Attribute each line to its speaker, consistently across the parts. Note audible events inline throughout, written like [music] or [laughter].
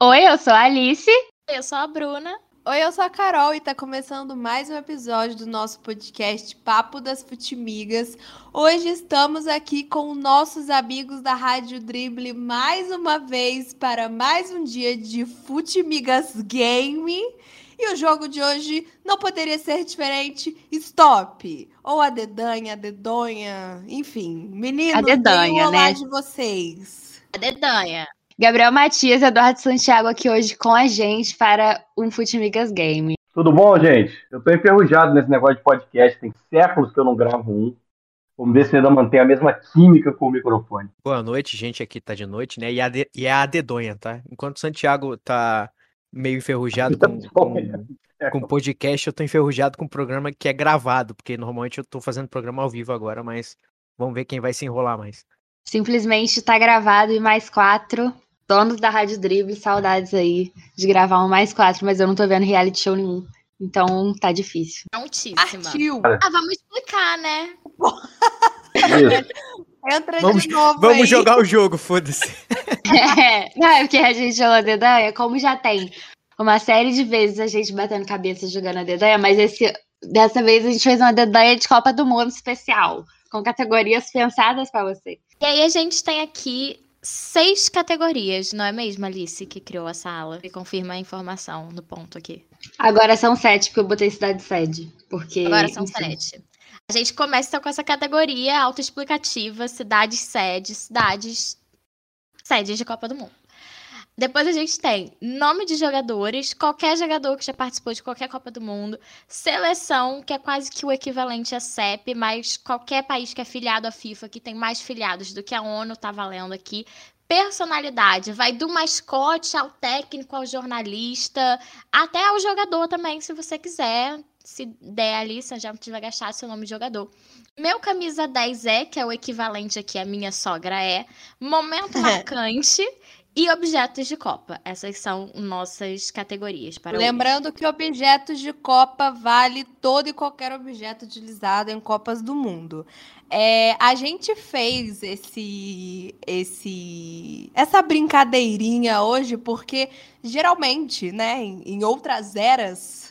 Speaker 1: Oi, eu sou a Alice.
Speaker 2: Eu sou a Bruna.
Speaker 3: Oi, eu sou a Carol e tá começando mais um episódio do nosso podcast Papo das Futimigas. Hoje estamos aqui com nossos amigos da Rádio Drible mais uma vez para mais um dia de Futimigas Game. E o jogo de hoje não poderia ser diferente. Stop! Ou a dedanha, a dedonha, enfim. Meninos,
Speaker 1: A dedanha,
Speaker 3: deem um olá
Speaker 1: né?
Speaker 3: de vocês.
Speaker 2: A dedanha.
Speaker 1: Gabriel Matias e Eduardo Santiago aqui hoje com a gente para um Futimigas Game.
Speaker 4: Tudo bom, gente? Eu tô enferrujado nesse negócio de podcast, tem séculos que eu não gravo um. Vamos ver se eu ainda mantém a mesma química com o microfone.
Speaker 5: Boa noite, gente. Aqui tá de noite, né? E, a de- e é a dedonha, tá? Enquanto o Santiago tá meio enferrujado com, com, com podcast, eu tô enferrujado com um programa que é gravado, porque normalmente eu tô fazendo programa ao vivo agora, mas vamos ver quem vai se enrolar mais.
Speaker 1: Simplesmente tá gravado e mais quatro. Donos da Rádio Drible, saudades aí de gravar um mais quatro, mas eu não tô vendo reality show nenhum. Então tá difícil. [laughs]
Speaker 2: Prontíssima.
Speaker 3: Partiu!
Speaker 2: Ah, vamos explicar, né?
Speaker 4: Isso.
Speaker 3: Entra
Speaker 5: Vamos-
Speaker 3: de novo aí.
Speaker 5: Vamos jogar o jogo, foda-se.
Speaker 1: É, não, é porque a gente chama a dedanha, como já tem uma série de vezes a gente batendo cabeça jogando a dedanha, mas esse, dessa vez a gente fez uma dedanha de Copa do Mundo especial, com categorias pensadas pra você.
Speaker 2: E aí a gente tem aqui seis categorias, não é mesmo, Alice, que criou a sala? E confirma a informação no ponto aqui.
Speaker 1: Agora são sete, porque eu botei cidade sede. Porque,
Speaker 2: Agora são
Speaker 1: enfim,
Speaker 2: sete. A gente começa então, com essa categoria autoexplicativa, cidades sede, cidades sedes de Copa do Mundo. Depois a gente tem nome de jogadores, qualquer jogador que já participou de qualquer Copa do Mundo, seleção, que é quase que o equivalente à CEP, mas qualquer país que é filiado à FIFA, que tem mais filiados do que a ONU, tá valendo aqui. Personalidade, vai do mascote ao técnico, ao jornalista, até ao jogador também, se você quiser. Se der ali, você já tiver gastado seu nome de jogador. Meu camisa 10 é, que é o equivalente aqui a minha sogra [laughs] é. Momento marcante e objetos de Copa. Essas são nossas categorias para hoje.
Speaker 3: Lembrando que objetos de Copa vale todo e qualquer objeto utilizado em Copas do Mundo. É, a gente fez esse, esse, essa brincadeirinha hoje porque geralmente, né, em, em outras eras,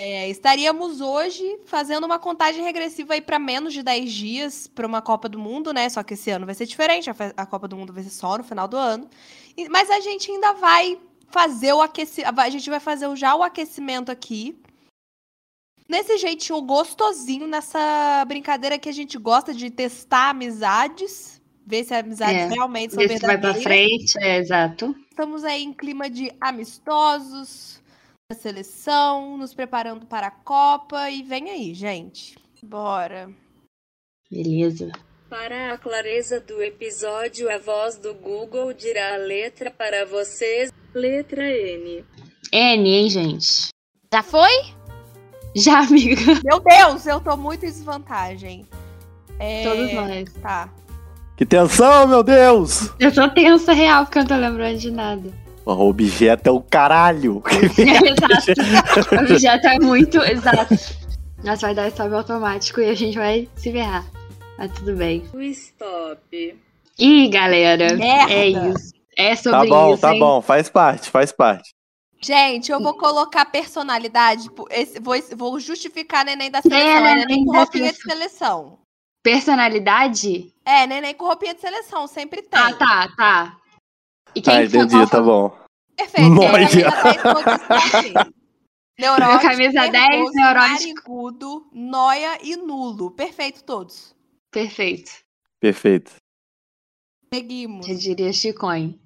Speaker 3: é, estaríamos hoje fazendo uma contagem regressiva aí para menos de 10 dias para uma Copa do Mundo, né? Só que esse ano vai ser diferente, a fe- a Copa do Mundo vai ser só no final do ano. E- Mas a gente ainda vai fazer o aquecimento. A gente vai fazer o- já o aquecimento aqui. Nesse jeitinho gostosinho, nessa brincadeira que a gente gosta de testar amizades, ver se amizades
Speaker 1: É,
Speaker 3: realmente são
Speaker 1: Ver se vai pra
Speaker 3: verdadeiras.
Speaker 1: frente, é exato.
Speaker 3: Estamos aí em clima de amistosos, da seleção, nos preparando para a Copa e vem aí, gente. Bora.
Speaker 1: Beleza.
Speaker 6: Para a clareza do episódio, a voz do Google dirá a letra para vocês. Letra N.
Speaker 1: N, hein, gente?
Speaker 2: Já foi?
Speaker 1: Já, amiga,
Speaker 3: Meu Deus, eu tô muito em desvantagem. É,
Speaker 1: todos nós.
Speaker 3: Tá.
Speaker 7: Que tensão, meu Deus!
Speaker 1: Eu tô tensa real, porque eu não tô lembrando de nada.
Speaker 7: Porra, o objeto é o caralho.
Speaker 1: exato. O objeto é muito, exato. Nossa, vai dar stop automático e a gente vai se ferrar. Mas tudo bem.
Speaker 6: O stop.
Speaker 1: Ih, galera,
Speaker 3: Merda.
Speaker 1: é isso. É sobre
Speaker 7: Tá bom,
Speaker 1: isso,
Speaker 7: tá
Speaker 1: hein?
Speaker 7: bom, faz parte, faz parte.
Speaker 3: Gente, eu vou colocar personalidade. pô, esse- vou, vou justificar neném da seleção.
Speaker 1: É,
Speaker 3: É,
Speaker 1: neném
Speaker 3: neném com
Speaker 1: da
Speaker 3: roupinha de seleção.
Speaker 1: Personalidade?
Speaker 3: É, neném com roupinha de seleção, sempre tem.
Speaker 1: Ah, tá, tá. E quem
Speaker 7: Ah,
Speaker 1: que foi
Speaker 7: entendi,
Speaker 1: qual
Speaker 7: tá bom.
Speaker 3: Perfeito.
Speaker 7: Noia.
Speaker 3: Neurótico,
Speaker 1: camisa 10,
Speaker 3: nervoso,
Speaker 1: neurótico.
Speaker 3: narigudo, noia e nulo. Perfeito todos.
Speaker 1: Perfeito.
Speaker 7: Perfeito.
Speaker 3: Seguimos.
Speaker 1: Eu diria Chicoin.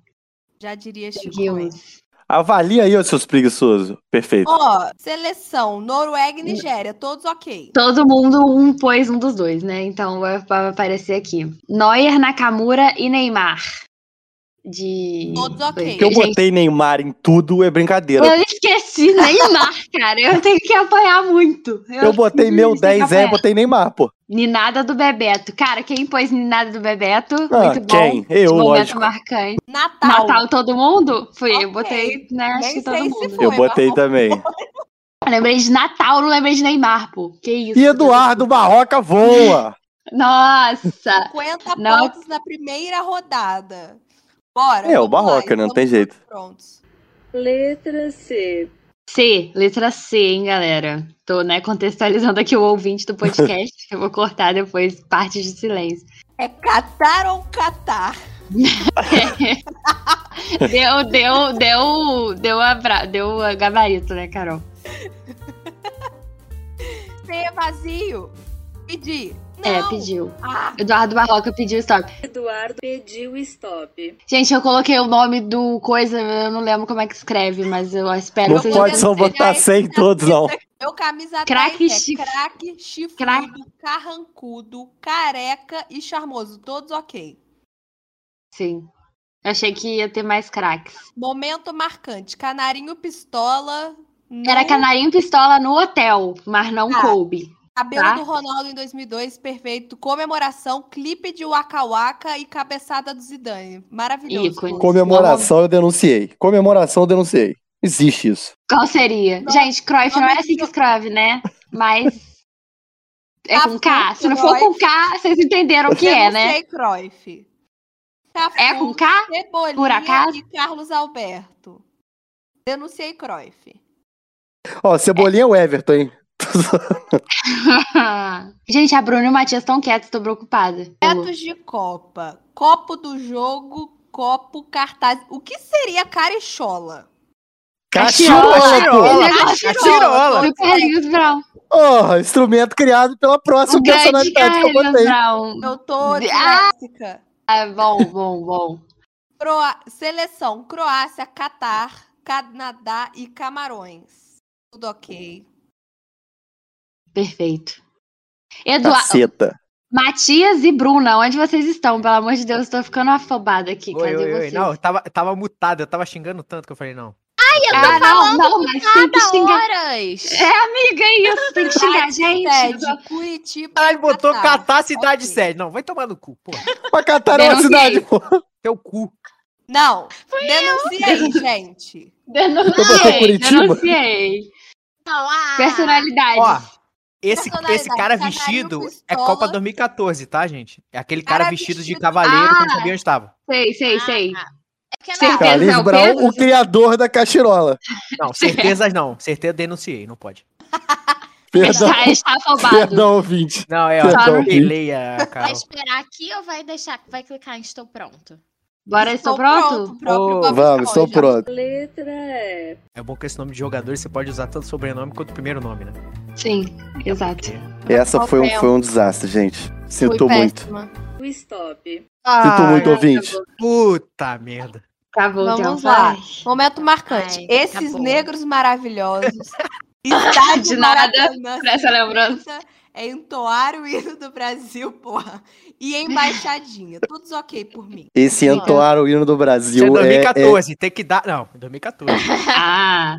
Speaker 3: Já diria Chico. Mendes.
Speaker 1: Seguimos.
Speaker 7: Avalia aí, ô seus preguiçosos. Perfeito.
Speaker 3: Ó, seleção, Noruega e Nigéria, todos ok.
Speaker 1: Todo mundo um pôs um dos dois, né? Então vai, vai aparecer aqui. Neuer, Nakamura e Neymar. De.
Speaker 3: Todos ok.
Speaker 7: que eu
Speaker 1: Gente,
Speaker 7: botei Neymar em tudo é brincadeira.
Speaker 1: eu esqueci [laughs] Neymar, cara. Eu tenho que apanhar muito.
Speaker 7: Eu, botei meu 10 é, botei Neymar, pô.
Speaker 1: Ninada do Bebeto. Cara, quem pôs Ninada do Bebeto?
Speaker 7: Ah,
Speaker 1: muito bom.
Speaker 7: quem? Eu,
Speaker 1: Momento
Speaker 7: lógico.
Speaker 1: marcante.
Speaker 3: Natal.
Speaker 1: Natal, todo mundo? Fui,
Speaker 3: Ok.
Speaker 1: eu botei, né? Acho
Speaker 3: Nem
Speaker 1: que todo
Speaker 3: sei se
Speaker 1: mundo.
Speaker 3: foi.
Speaker 7: Eu botei
Speaker 3: mas-
Speaker 7: também.
Speaker 1: Eu lembrei de Natal, não lembrei de Neymar, pô. Que isso.
Speaker 7: E Eduardo Barroca voa.
Speaker 1: Nossa.
Speaker 3: 50
Speaker 1: Não.
Speaker 3: pontos na primeira rodada. Bora.
Speaker 7: É, o
Speaker 3: vamos lá,
Speaker 7: Barroca, né? não
Speaker 3: estamos
Speaker 7: tem jeito.
Speaker 3: Prontos.
Speaker 6: Letra C.
Speaker 1: C, letra C, hein, galera? Tô, né, contextualizando aqui o ouvinte do podcast. eu vou cortar depois parte de silêncio. [laughs]
Speaker 3: É catar ou catar?
Speaker 1: Deu, deu, deu, deu, abra... deu uh, gabarito, né, Carol?
Speaker 3: Ser vazio. Pedir.
Speaker 1: É,
Speaker 3: Não.
Speaker 1: pediu.
Speaker 3: Ah,
Speaker 1: Eduardo Barroca pediu stop.
Speaker 6: Eduardo pediu stop.
Speaker 1: Gente, eu coloquei o nome do coisa, eu não lembro como é que escreve, mas eu espero
Speaker 7: Não
Speaker 1: que assim. vocês
Speaker 7: pode só
Speaker 3: não sei,
Speaker 7: botar
Speaker 3: já
Speaker 1: é
Speaker 7: 100 em todos, não.
Speaker 3: meu camisa
Speaker 1: Craque
Speaker 3: 10 é
Speaker 1: chif-
Speaker 3: craque, chifrudo,
Speaker 1: Craque.
Speaker 3: carrancudo, careca e charmoso. Todos ok.
Speaker 1: Sim. Eu achei que ia ter mais craques.
Speaker 3: Momento marcante. Canarinho pistola. nu,
Speaker 1: Era canarinho pistola no hotel, mas não
Speaker 7: Ah.
Speaker 3: Tá.
Speaker 1: coube.
Speaker 3: Cabelo
Speaker 1: tá?
Speaker 3: do Ronaldo em 2002, perfeito. Comemoração, clipe de Waka Waka e cabeçada do Zidane. Maravilhoso.
Speaker 1: Ícone.
Speaker 7: Comemoração eu denunciei. Comemoração eu denunciei. Existe isso.
Speaker 1: Qual seria?
Speaker 3: Nossa,
Speaker 1: Gente, Cruyff não é assim que escreve, né?
Speaker 3: [laughs]
Speaker 1: Mas. É com K? Se não for com K, vocês entenderam o que é, né?
Speaker 3: Denunciei Cruyff. Cafu,
Speaker 1: É com K? [laughs]
Speaker 3: Cebolinha
Speaker 1: por acaso?
Speaker 3: e Carlos Alberto. Denunciei Cruyff.
Speaker 7: Ó, Cebolinha é o Everton, hein?
Speaker 1: Gente, a Bruna e o Matias estão quietos, tô preocupada.
Speaker 3: Retos de Copa. Copo do jogo, copo, cartaz. O que seria carichola?
Speaker 1: Caxiola,
Speaker 7: pô!
Speaker 1: é
Speaker 5: Cachirola.
Speaker 1: O Carlinhos Brown.
Speaker 7: Oh, instrumento criado pela próxima
Speaker 1: O Um grande
Speaker 7: personalidade que eu
Speaker 1: Carlinhos
Speaker 7: botei.
Speaker 1: Brown.
Speaker 3: Eu tô
Speaker 1: Ah!
Speaker 3: disléxica.
Speaker 1: É bom, bom, bom.
Speaker 3: Croa- Seleção: Croácia, Catar, Canadá e Camarões. Tudo ok.
Speaker 1: Perfeito.
Speaker 7: Tá
Speaker 1: Eduardo,
Speaker 7: Caceta.
Speaker 1: Matias e Bruna, onde vocês estão? Pelo amor de Deus, tô ficando afobada aqui.
Speaker 5: Oi,
Speaker 1: Cadê
Speaker 5: oi, oi.
Speaker 1: vocês?
Speaker 5: Não, eu tava, tava mutado, eu tava xingando tanto que eu falei, não.
Speaker 1: ah, não, não, mas tem que
Speaker 2: Cada
Speaker 1: xingar.
Speaker 2: horas.
Speaker 1: Amiga, é isso, tem que xingar, gente.
Speaker 3: Sede, Tá, Curitiba.
Speaker 5: Caralho, botou
Speaker 3: Catar.
Speaker 5: Catar cidade
Speaker 3: Ok.
Speaker 5: sede. Não, vai tomar no cu, porra.
Speaker 7: Mas Catar é uma
Speaker 1: Denunciei.
Speaker 7: cidade, pô.
Speaker 5: Teu cu.
Speaker 3: Não, denuncia aí, gente.
Speaker 7: Eu botei
Speaker 1: Denunciei,
Speaker 7: Curitiba.
Speaker 1: denunciei.
Speaker 2: Não, ah.
Speaker 1: Personalidade.
Speaker 5: Ó, esse,
Speaker 3: Personalidade,
Speaker 5: esse cara
Speaker 3: canarinho,
Speaker 5: vestido é
Speaker 3: pistola.
Speaker 5: Copa 2014, tá, gente? É aquele cara,
Speaker 3: Cara
Speaker 5: vestido, de
Speaker 3: vestido-
Speaker 5: cavaleiro que
Speaker 1: Ah!
Speaker 5: não sabia onde estava.
Speaker 1: sei, sei, sei.
Speaker 2: Ah, é que
Speaker 1: Certeza.
Speaker 2: não.
Speaker 1: é
Speaker 7: Carlinhos
Speaker 1: o
Speaker 7: Brown,
Speaker 1: Pedro?
Speaker 7: o criador da cachirola.
Speaker 1: [laughs]
Speaker 5: Não, certezas não. Certeza denunciei, não pode.
Speaker 7: Perdão,
Speaker 1: Está, está Tá, afobado.
Speaker 7: perdão, ouvinte.
Speaker 5: Não, é,
Speaker 7: Tá
Speaker 5: ó,
Speaker 7: bom.
Speaker 5: peleia, cara.
Speaker 2: Vai esperar aqui ou vai deixar, vai clicar em estou pronto?
Speaker 1: Bora, estou pronto?
Speaker 3: o próprio
Speaker 5: Oh,
Speaker 3: Bob
Speaker 7: Vamos, estou
Speaker 3: Esponja.
Speaker 7: pronto.
Speaker 6: Letra E.
Speaker 5: É bom que esse nome de jogador você pode usar tanto o sobrenome quanto o primeiro nome, né?
Speaker 1: Sim, exato.
Speaker 7: Essa foi um,
Speaker 3: Papel.
Speaker 7: foi um desastre, gente. Sinto
Speaker 3: Fui
Speaker 7: muito.
Speaker 3: péssima.
Speaker 6: O stop.
Speaker 7: Sinto muito, ouvinte.
Speaker 5: Ah, Puta merda.
Speaker 1: Acabou,
Speaker 3: Vamos
Speaker 1: Thelma,
Speaker 3: lá.
Speaker 1: vai.
Speaker 3: [laughs] Momento marcante.
Speaker 2: Ai,
Speaker 3: Esses
Speaker 2: acabou.
Speaker 3: negros maravilhosos. Estádio
Speaker 1: tá [laughs] De nada,
Speaker 3: Maracanã
Speaker 1: por essa lembrança.
Speaker 3: É entoar o hino do Brasil, porra. E embaixadinha. Todos ok por mim.
Speaker 7: Esse
Speaker 1: Obrigada.
Speaker 7: entoar o hino
Speaker 5: Isso
Speaker 7: do
Speaker 5: é
Speaker 7: Brasil é, é
Speaker 5: 2014, tem que dar. Não, 2014.
Speaker 1: [laughs] Ah,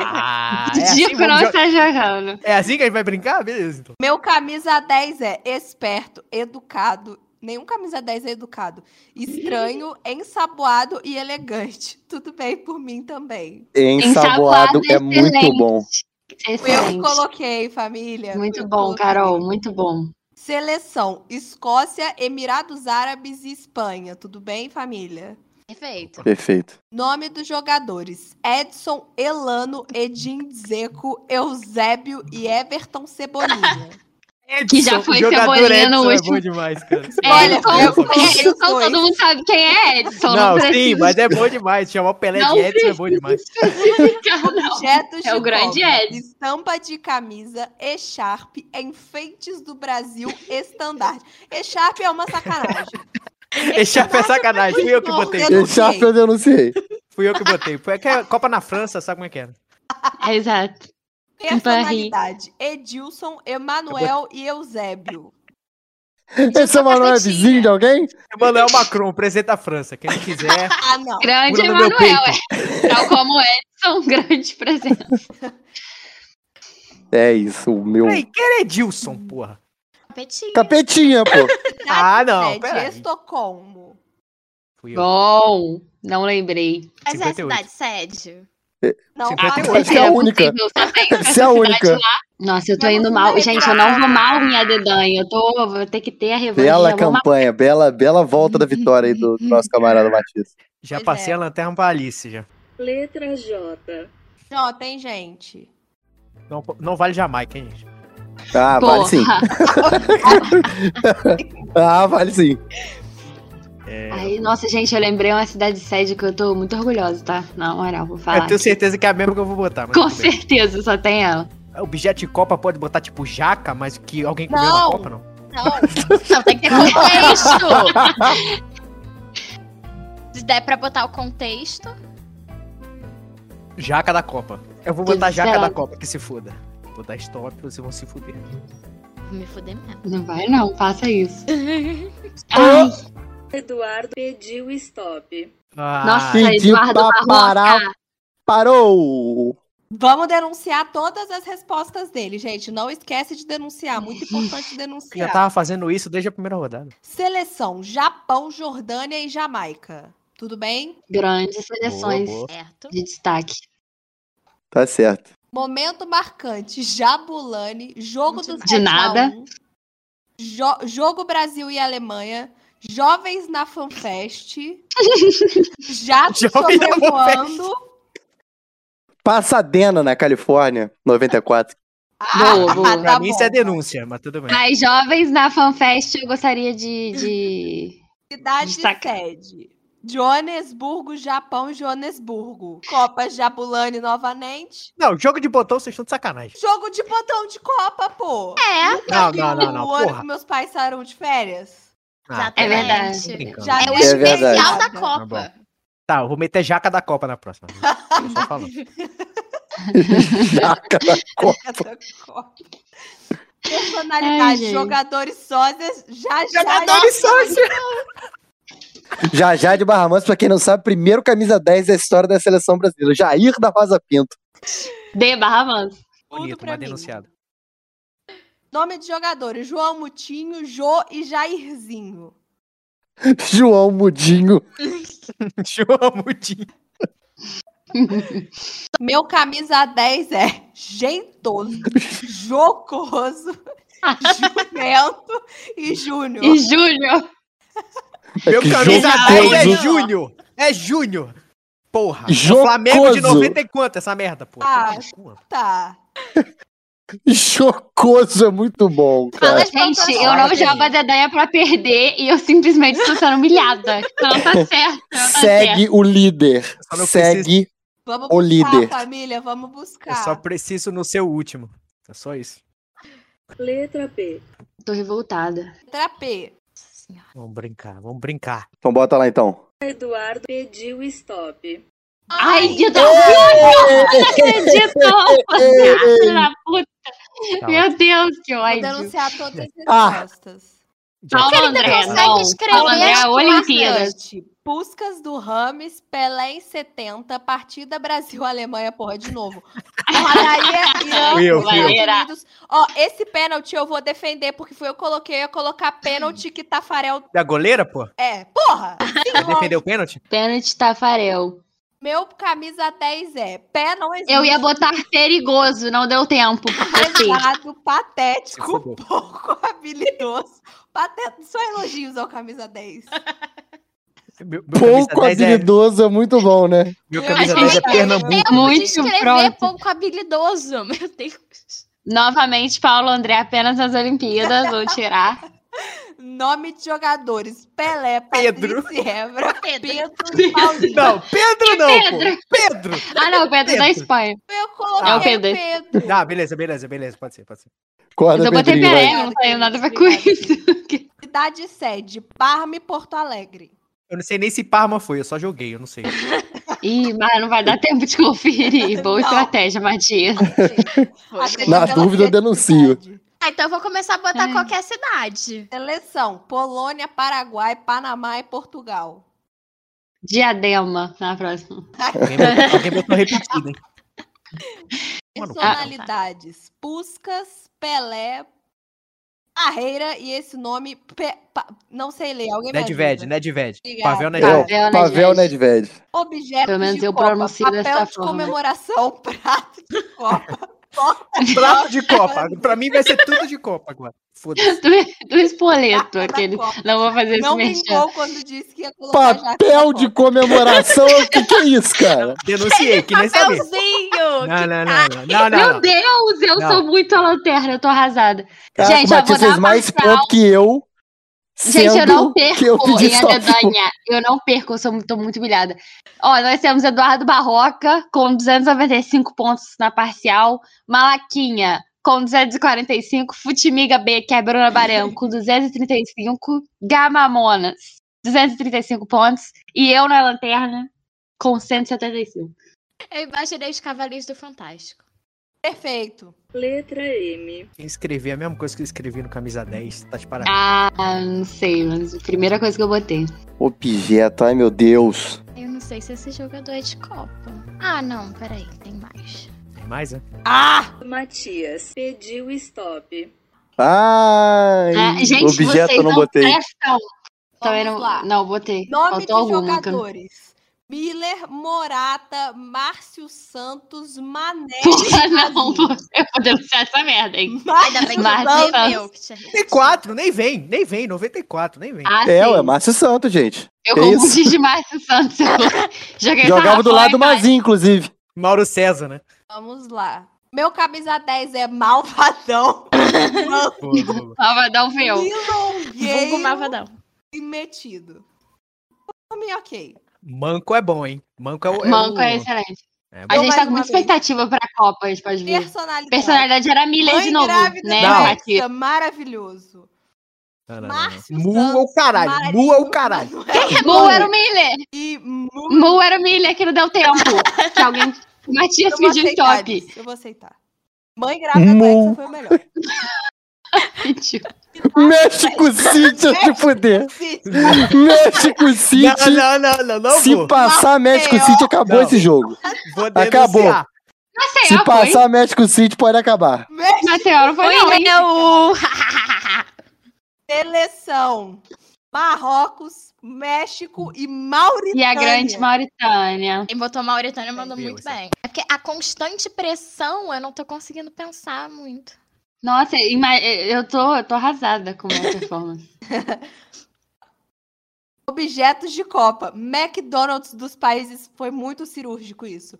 Speaker 5: Ah, é, assim
Speaker 1: Dico
Speaker 5: vamos
Speaker 1: não
Speaker 5: jo-
Speaker 1: está jogando.
Speaker 5: é assim que a gente vai brincar? Beleza, então.
Speaker 3: Meu camisa 10 é esperto, educado. Nenhum camisa 10 é educado.
Speaker 1: [laughs]
Speaker 3: Estranho, ensaboado e elegante. Tudo bem por mim também.
Speaker 7: ensaboado, é muito bom.
Speaker 3: Foi eu que
Speaker 1: Excelente.
Speaker 3: coloquei, família. Foi
Speaker 1: Muito
Speaker 3: eu que
Speaker 1: bom,
Speaker 3: coloquei.
Speaker 1: Carol, muito bom.
Speaker 3: Seleção: Escócia, Emirados Árabes e Espanha. Tudo bem, família?
Speaker 2: Perfeito.
Speaker 7: Perfeito.
Speaker 3: Nome dos jogadores: Edson, Elano, Edin Zeco, Eusébio e Everton Cebolinha.
Speaker 1: Que já
Speaker 5: Edson,
Speaker 1: foi
Speaker 5: o jogador
Speaker 1: Cebolinha no
Speaker 5: Edson
Speaker 1: último. É,
Speaker 5: É bom demais, cara.
Speaker 3: Olha,
Speaker 1: Edson,
Speaker 3: eu
Speaker 5: Edson.
Speaker 3: conheço
Speaker 1: Edson,
Speaker 3: dois.
Speaker 1: todo mundo sabe quem é Edson. Não,
Speaker 5: Não,
Speaker 1: precisa
Speaker 5: sim, mas é bom demais. Chamar o Pelé
Speaker 1: Não
Speaker 5: de Edson é bom demais.
Speaker 1: especificar, não.
Speaker 3: Objetos
Speaker 1: [laughs] É o
Speaker 3: de
Speaker 1: grande
Speaker 3: cobre,
Speaker 1: Edson.
Speaker 3: Estampa de camisa, echarpe, enfeites do Brasil, estandarte. Echarpe é uma
Speaker 1: [laughs]
Speaker 3: sacanagem.
Speaker 5: Deixa é sacanagem. Fui eu que
Speaker 3: Edson.
Speaker 5: botei.
Speaker 3: Eu não
Speaker 7: Esse Sharp
Speaker 3: sei.
Speaker 7: eu denunciei.
Speaker 5: Fui eu que botei. Foi que a Copa na França, sabe como é que era?
Speaker 1: Exato.
Speaker 3: Personalidade: Edilson, Emanuel e Eusébio.
Speaker 7: Esse Emanuel é vizinho de alguém?
Speaker 5: Emanuel Macron, presidente da França. Quem quiser,
Speaker 3: Ah, não.
Speaker 1: Grande
Speaker 5: Pula no meu
Speaker 1: Emanuel, é. Tal como Edson, grande presente.
Speaker 7: É isso, o meu.
Speaker 5: Peraí, quem era Edilson, porra?
Speaker 2: Capetinho.
Speaker 1: Tá
Speaker 7: Capetinha, pô.
Speaker 5: Ah, não,
Speaker 3: Sede,
Speaker 5: peraí.
Speaker 3: É Estocolmo.
Speaker 5: Fui eu.
Speaker 1: Bom, não lembrei.
Speaker 2: Mas é a cidade
Speaker 5: 58.
Speaker 2: sede.
Speaker 3: Não,
Speaker 5: Você
Speaker 3: faz
Speaker 5: vai ter
Speaker 3: isso.
Speaker 7: Essa é a única.
Speaker 1: possível, só tem um.
Speaker 7: Essa é a única.
Speaker 1: Nossa, eu tô
Speaker 3: Não,
Speaker 1: indo
Speaker 3: não
Speaker 1: mal.
Speaker 3: vai
Speaker 1: Gente,
Speaker 3: entrar.
Speaker 1: eu não vou mal em Adedanha. Eu tô, vou ter que ter a revanche. né?
Speaker 7: Bela
Speaker 1: eu vou mal.
Speaker 7: campanha, bela, bela volta da vitória aí do, do nosso camarada Matias.
Speaker 5: Já
Speaker 3: Pois
Speaker 5: passei
Speaker 3: é.
Speaker 5: a lanterna pra Alice já.
Speaker 6: Letra J.
Speaker 3: Não, tem gente.
Speaker 5: Não, não vale Jamaica, hein, gente?
Speaker 7: Ah, vale sim.
Speaker 1: Porra.
Speaker 7: Ah, vale sim.
Speaker 5: É,
Speaker 1: Aí, nossa, gente, eu lembrei uma cidade sede que eu tô muito orgulhosa, tá? Na moral, vou
Speaker 5: eu
Speaker 1: falar.
Speaker 5: tenho certeza que é a mesma que eu vou botar. Mas
Speaker 1: Com
Speaker 5: tudo bem.
Speaker 1: certeza, só tem ela.
Speaker 5: Objeto de Copa pode botar tipo jaca, mas que alguém comeu
Speaker 3: Não.
Speaker 5: na Copa, não?
Speaker 3: Não,
Speaker 2: Não, tem que ter contexto. Se der pra botar o contexto.
Speaker 5: Jaca da Copa. Eu vou botar
Speaker 1: Tudo
Speaker 5: jaca
Speaker 1: certo.
Speaker 5: da Copa, que se foda. Vou dar stop, vocês vão se fuder.
Speaker 2: Vou me fuder mesmo.
Speaker 1: Não vai não, faça isso. Ai,
Speaker 6: Eduardo pediu stop.
Speaker 5: Ah,
Speaker 1: nossa,
Speaker 7: Pediu
Speaker 1: Eduardo
Speaker 7: pra parar.
Speaker 1: Barroca.
Speaker 7: Parou!
Speaker 3: vamos denunciar todas as respostas dele, gente. Não esquece de denunciar. Muito importante
Speaker 5: já tá.
Speaker 3: denunciar.
Speaker 5: tava fazendo isso desde a primeira rodada.
Speaker 3: Seleção: Japão, Jordânia e Jamaica. Tudo bem?
Speaker 1: Grandes seleções
Speaker 5: Boa, boa.
Speaker 2: Certo.
Speaker 1: de destaque.
Speaker 7: Tá certo.
Speaker 3: Momento marcante: Jabulani, jogo
Speaker 2: De
Speaker 3: do
Speaker 1: De
Speaker 2: nada.
Speaker 1: nada.
Speaker 3: 7 a 1, jo- jogo Brasil e Alemanha, jovens
Speaker 1: [laughs]
Speaker 3: na fanfest, jato
Speaker 5: Jovens na
Speaker 3: sobrevoando.
Speaker 7: Pasadena, na Califórnia, 94.
Speaker 3: Ah, tá
Speaker 1: Boa, boa.
Speaker 5: Pra mim isso é denúncia, mas tudo bem.
Speaker 1: Mas jovens na FanFest, eu gostaria de... de...
Speaker 3: Cidade
Speaker 1: Destaque.
Speaker 3: sede. Joanesburgo, Japão, Joanesburgo. Copa Jabulani novamente.
Speaker 5: Não, jogo de botão, vocês estão de sacanagem.
Speaker 3: Jogo de botão de Copa, pô.
Speaker 2: É,
Speaker 5: Não,
Speaker 3: Viu
Speaker 5: não, não, não,
Speaker 3: O ano
Speaker 5: porra.
Speaker 3: que meus pais saíram de férias.
Speaker 5: Ah,
Speaker 1: É
Speaker 5: tô
Speaker 1: verdade.
Speaker 5: brincando.
Speaker 3: Já
Speaker 2: É o
Speaker 7: É verdade.
Speaker 2: especial da
Speaker 5: Tá
Speaker 2: Copa.
Speaker 5: bom. Tá, eu vou meter jaca da Copa na próxima. Só falando.
Speaker 7: Jaca da Copa.
Speaker 3: Essa Copa. Personalidade,
Speaker 1: gente.
Speaker 3: jogadores sósias, já [laughs] já.
Speaker 5: Jogadores sócios!
Speaker 7: Já já de Barra Mansa, pra quem não sabe, primeiro camisa 10 da história da seleção brasileira. Jair da Rosa Pinto.
Speaker 1: De Barra Mansa.
Speaker 3: Tudo
Speaker 5: Bonito,
Speaker 3: pra
Speaker 5: mas
Speaker 3: mim.
Speaker 5: denunciado. [laughs]
Speaker 3: Nome de jogadores: João Mutinho, Jô e Jairzinho.
Speaker 7: João Mudinho.
Speaker 5: João Mudinho.
Speaker 3: Meu camisa 10 é
Speaker 5: [laughs]
Speaker 3: jeitoso, jocoso, jumento e júnior.
Speaker 1: E Júnior.
Speaker 5: Meu
Speaker 7: É Que
Speaker 5: camisa
Speaker 7: jocoso.
Speaker 5: 10 é Júnior. É Júnior. Porra. É
Speaker 7: Jocoso.
Speaker 5: Flamengo de 90 e quanto essa merda, porra?
Speaker 3: Ah.
Speaker 5: Porra.
Speaker 3: Tá.
Speaker 7: Jocoso é muito bom,
Speaker 3: Fala,
Speaker 7: cara.
Speaker 1: Gente, eu
Speaker 3: Fala,
Speaker 1: não jogo a Dedanha pra perder e eu simplesmente tô sendo humilhada. Então não tá certo. não tá certo.
Speaker 7: Segue o líder.
Speaker 5: Só não
Speaker 7: Segue.
Speaker 3: Vamos buscar,
Speaker 7: O líder.
Speaker 3: família, vamos
Speaker 5: Eu
Speaker 3: buscar.
Speaker 5: só preciso no seu último. É só isso.
Speaker 6: Letra P.
Speaker 1: Tô revoltada.
Speaker 3: Letra P.
Speaker 2: Nossa senhora.
Speaker 5: Vamos brincar, vamos brincar.
Speaker 7: Então bota lá então.
Speaker 6: Eduardo pediu stop.
Speaker 1: Ai, eu tô
Speaker 7: Ei, ei.
Speaker 1: acredito! da puta.
Speaker 5: Tá
Speaker 1: Meu Deus, que
Speaker 3: Vou
Speaker 1: ódio.
Speaker 3: denunciar todas as
Speaker 7: Ah.
Speaker 3: respostas.
Speaker 5: Já
Speaker 1: Paulo
Speaker 5: tá.
Speaker 1: André,
Speaker 2: consegue
Speaker 1: não.
Speaker 2: escrever
Speaker 1: Paulo André,
Speaker 2: as
Speaker 1: Olimpíadas.
Speaker 3: Puscas do Rames, Pelé em 70, partida Brasil-Alemanha, porra, de novo.
Speaker 1: [laughs]
Speaker 3: Porradaria Irã,
Speaker 5: Fui eu,
Speaker 3: Estados
Speaker 5: fui eu.
Speaker 3: Unidos. Ó, esse pênalti eu vou defender, porque foi eu que coloquei, eu ia colocar pênalti que Tafarel...
Speaker 5: Da goleira, pô?
Speaker 3: É,
Speaker 7: [laughs]
Speaker 3: porra!
Speaker 5: Você defendeu o pênalti?
Speaker 1: Pênalti Tafarel.
Speaker 3: Meu camisa 10 é, pé não existe.
Speaker 1: Eu ia botar perigoso, não deu tempo. Assim.
Speaker 3: Pesado,
Speaker 5: Você
Speaker 3: Tá patético,
Speaker 5: fudeu.
Speaker 3: pouco [laughs] habilidoso. Patético, só elogios ao camisa 10.
Speaker 5: Meu, meu
Speaker 7: Pouco
Speaker 5: camisa 10 é,
Speaker 7: habilidoso é muito bom, né?
Speaker 5: meu
Speaker 3: Eu
Speaker 5: camisa
Speaker 1: achei
Speaker 5: 10 é
Speaker 1: que-
Speaker 5: Pernambuco.
Speaker 2: Tempo
Speaker 1: Muito
Speaker 2: de escrever
Speaker 1: pronto.
Speaker 2: pouco habilidoso. [laughs] Meu Deus.
Speaker 1: Novamente, Paulo André, apenas nas Olimpíadas, vou tirar.
Speaker 3: Nome de jogadores: Pelé,
Speaker 5: Pedro.
Speaker 3: Patrícia Evra,
Speaker 2: Pedro.
Speaker 3: Pedro e Paulinho.
Speaker 5: Não, Pedro não,
Speaker 1: Pedro?
Speaker 5: pô. Pedro.
Speaker 1: Ah, não, Pedro da
Speaker 5: Pedro.
Speaker 1: Espanha.
Speaker 3: Eu coloquei
Speaker 1: Ah,
Speaker 3: o
Speaker 1: o
Speaker 3: Pedro.
Speaker 1: Pedro.
Speaker 5: Ah, beleza, beleza, beleza. Pode ser, pode ser.
Speaker 1: Mas
Speaker 7: Corda
Speaker 1: eu botei
Speaker 7: Pedrinho, vai.
Speaker 1: Pelé, não tenho nada a ver com isso.
Speaker 3: Cidade e sede: Parma e Porto Alegre.
Speaker 5: Eu não sei nem se Parma foi, eu só joguei, eu não sei.
Speaker 1: Ih, mas não vai dar tempo de conferir. Boa
Speaker 3: Não.
Speaker 1: estratégia, Matias.
Speaker 3: Até
Speaker 7: Na
Speaker 3: pela
Speaker 7: dúvida, eu denuncio.
Speaker 3: criatividade.
Speaker 2: Ah, então eu vou começar a botar
Speaker 1: Ai.
Speaker 2: qualquer cidade.
Speaker 3: Seleção: Polônia, Paraguai, Panamá e Portugal.
Speaker 1: Diadema, na próxima.
Speaker 5: Alguém botou, alguém botou repetido, hein? Mano,
Speaker 3: Personalidades: Puscas, Pelé, Carreira e esse nome. pe- pa- Não sei ler. Alguém me
Speaker 5: Nedved,
Speaker 3: ajuda?
Speaker 7: né?
Speaker 5: Nedved.
Speaker 3: Obrigada.
Speaker 5: Pavel
Speaker 7: Eu,
Speaker 5: Nedved.
Speaker 1: Pavel né,
Speaker 7: Pavel né,
Speaker 1: Nedved.
Speaker 7: Nedved.
Speaker 3: Objetos
Speaker 1: Pelo menos
Speaker 3: de
Speaker 1: eu
Speaker 3: Copa,
Speaker 1: pronuncio
Speaker 3: papel
Speaker 1: dessa
Speaker 3: de
Speaker 1: forma. né?
Speaker 3: comemoração, [laughs] prato de Copa.
Speaker 5: Prato de Copa. Pra mim vai ser tudo de Copa agora. Foda-se.
Speaker 1: Do, do espoleto,
Speaker 3: da
Speaker 1: aquele.
Speaker 3: Copa.
Speaker 1: Não vou fazer esse
Speaker 3: Não
Speaker 1: mexer.
Speaker 3: brincou quando disse que ia colocar jaca na
Speaker 7: Papel
Speaker 3: Copa.
Speaker 7: de comemoração? O que, que é isso, cara?
Speaker 5: Denunciei, que nem sabia.
Speaker 2: Papelzinho!
Speaker 5: Não,
Speaker 2: que
Speaker 5: não, não, não, não, não,
Speaker 1: Meu
Speaker 5: não.
Speaker 1: Deus, eu
Speaker 5: Não.
Speaker 1: sou muito a lanterna, eu tô arrasada.
Speaker 7: Caraca,
Speaker 1: Gente, eu
Speaker 7: Matias,
Speaker 1: vou dar
Speaker 7: fez mais
Speaker 1: parcial.
Speaker 7: ponto que eu.
Speaker 1: Gente, eu não
Speaker 7: sendo que eu
Speaker 1: perco
Speaker 7: pedi
Speaker 1: em
Speaker 7: só um.
Speaker 1: Adedanha. Eu não perco, eu sou muito, tô muito humilhada. Ó, nós temos Eduardo Barroca com 295 pontos na parcial, Malaquinha com 245, Futimiga B, que é a Bruna Barão, com 235, Gamamonas, 235 pontos, e eu na lanterna com 175.
Speaker 2: Eu imaginei os Cavaleiros do Fantástico.
Speaker 3: Perfeito.
Speaker 6: Letra M.
Speaker 5: Quem escrever a mesma coisa que eu escrevi no camisa 10, tá de parabéns.
Speaker 1: Ah, não sei, mas a primeira coisa que eu botei.
Speaker 7: Objeto, ai meu Deus.
Speaker 2: Eu não sei se esse jogador é de Copa. Ah, não, peraí, tem mais.
Speaker 5: Tem mais, né?
Speaker 3: Ah!
Speaker 6: Matias pediu stop.
Speaker 7: Ai,
Speaker 1: Ah, gente,
Speaker 7: É, objeto eu
Speaker 1: vocês
Speaker 7: não botei.
Speaker 1: prestam. Também
Speaker 3: Vamos
Speaker 1: não,
Speaker 3: lá.
Speaker 1: Então um não botei.
Speaker 3: Nome de
Speaker 1: Faltou alguma que eu não-
Speaker 3: jogadores. Miller, Morata, Márcio Santos, Mané.
Speaker 1: [laughs] Porra, [laughs] não,
Speaker 3: Brasil.
Speaker 1: pô. eu vou denunciar essa merda, hein?
Speaker 2: Ainda bem que
Speaker 1: Mas-
Speaker 2: não tem meu. Que tinha
Speaker 5: 94, nem vem, nem vem, 94, nem vem.
Speaker 1: Ah,
Speaker 7: É,
Speaker 1: sim.
Speaker 7: ué, Márcio Santos, gente.
Speaker 1: eu
Speaker 7: que
Speaker 1: confundi demais o
Speaker 7: [laughs]
Speaker 1: Santos. eu Joguei
Speaker 7: Jogava do lado do
Speaker 1: mais.
Speaker 7: Mazinho, inclusive.
Speaker 5: Mauro César, né?
Speaker 3: Vamos lá. Meu camisa 10 é malvadão.
Speaker 1: [laughs]
Speaker 5: Boa, boa, boa.
Speaker 1: Salvadão foi eu.
Speaker 2: Vulgo
Speaker 3: Milongueiro
Speaker 2: Mavadão.
Speaker 3: e metido. Nome ok.
Speaker 5: Manco é bom, hein? Manco é o. é
Speaker 1: Manco
Speaker 5: o-
Speaker 1: é excelente.
Speaker 5: é
Speaker 1: A
Speaker 5: bom.
Speaker 3: Eu
Speaker 1: gente
Speaker 3: mais
Speaker 1: tá com
Speaker 3: uma
Speaker 1: muita
Speaker 3: vez.
Speaker 1: expectativa pra Copa, a gente pode ver.
Speaker 3: Personalidade.
Speaker 1: Personalidade era Miller
Speaker 3: Mãe
Speaker 1: de novo,
Speaker 3: grávida
Speaker 1: né,
Speaker 5: da
Speaker 1: Matias?
Speaker 3: Hexa, maravilhoso.
Speaker 5: Não, não, não, não.
Speaker 3: Márcio
Speaker 5: Mua o
Speaker 3: Santos,
Speaker 5: caralho, mua o
Speaker 3: Marinho,
Speaker 5: caralho.
Speaker 3: Manuel
Speaker 1: Mu é era um o Miller.
Speaker 3: é E Mu-
Speaker 1: Mu era o Miller que não deu
Speaker 3: [laughs]
Speaker 1: tempo. Que alguém... Matias
Speaker 3: Eu vou
Speaker 1: pediu
Speaker 3: aceitar
Speaker 1: top.
Speaker 3: isso, Eu vou aceitar. Mãe grávida do
Speaker 7: Mu.
Speaker 3: Hexa foi o melhor.
Speaker 1: [laughs]
Speaker 7: México City, eu te fuder.
Speaker 3: Sim,
Speaker 7: México City.
Speaker 5: Não, não, não, não, não
Speaker 7: Se
Speaker 5: vou.
Speaker 7: passar México City, acabou
Speaker 5: Não.
Speaker 7: esse jogo.
Speaker 5: Vou
Speaker 1: Tá,
Speaker 7: Acabou.
Speaker 5: denunciar.
Speaker 1: Maceió
Speaker 3: É
Speaker 7: Se
Speaker 1: foi.
Speaker 7: passar México City, pode acabar.
Speaker 1: Maceió não foi
Speaker 2: Oi,
Speaker 1: não, hein?
Speaker 2: meu! [laughs]
Speaker 3: Seleção. Marrocos, México e Mauritânia.
Speaker 1: E a grande Mauritânia.
Speaker 2: Quem botou Mauritânia mandou
Speaker 5: Meu
Speaker 2: muito
Speaker 5: Deus.
Speaker 2: bem. É porque a constante pressão eu não tô conseguindo pensar muito.
Speaker 1: Nossa, ima- eu tô, eu tô arrasada com minha performance.
Speaker 3: Objetos de Copa. McDonald's dos países foi muito cirúrgico isso.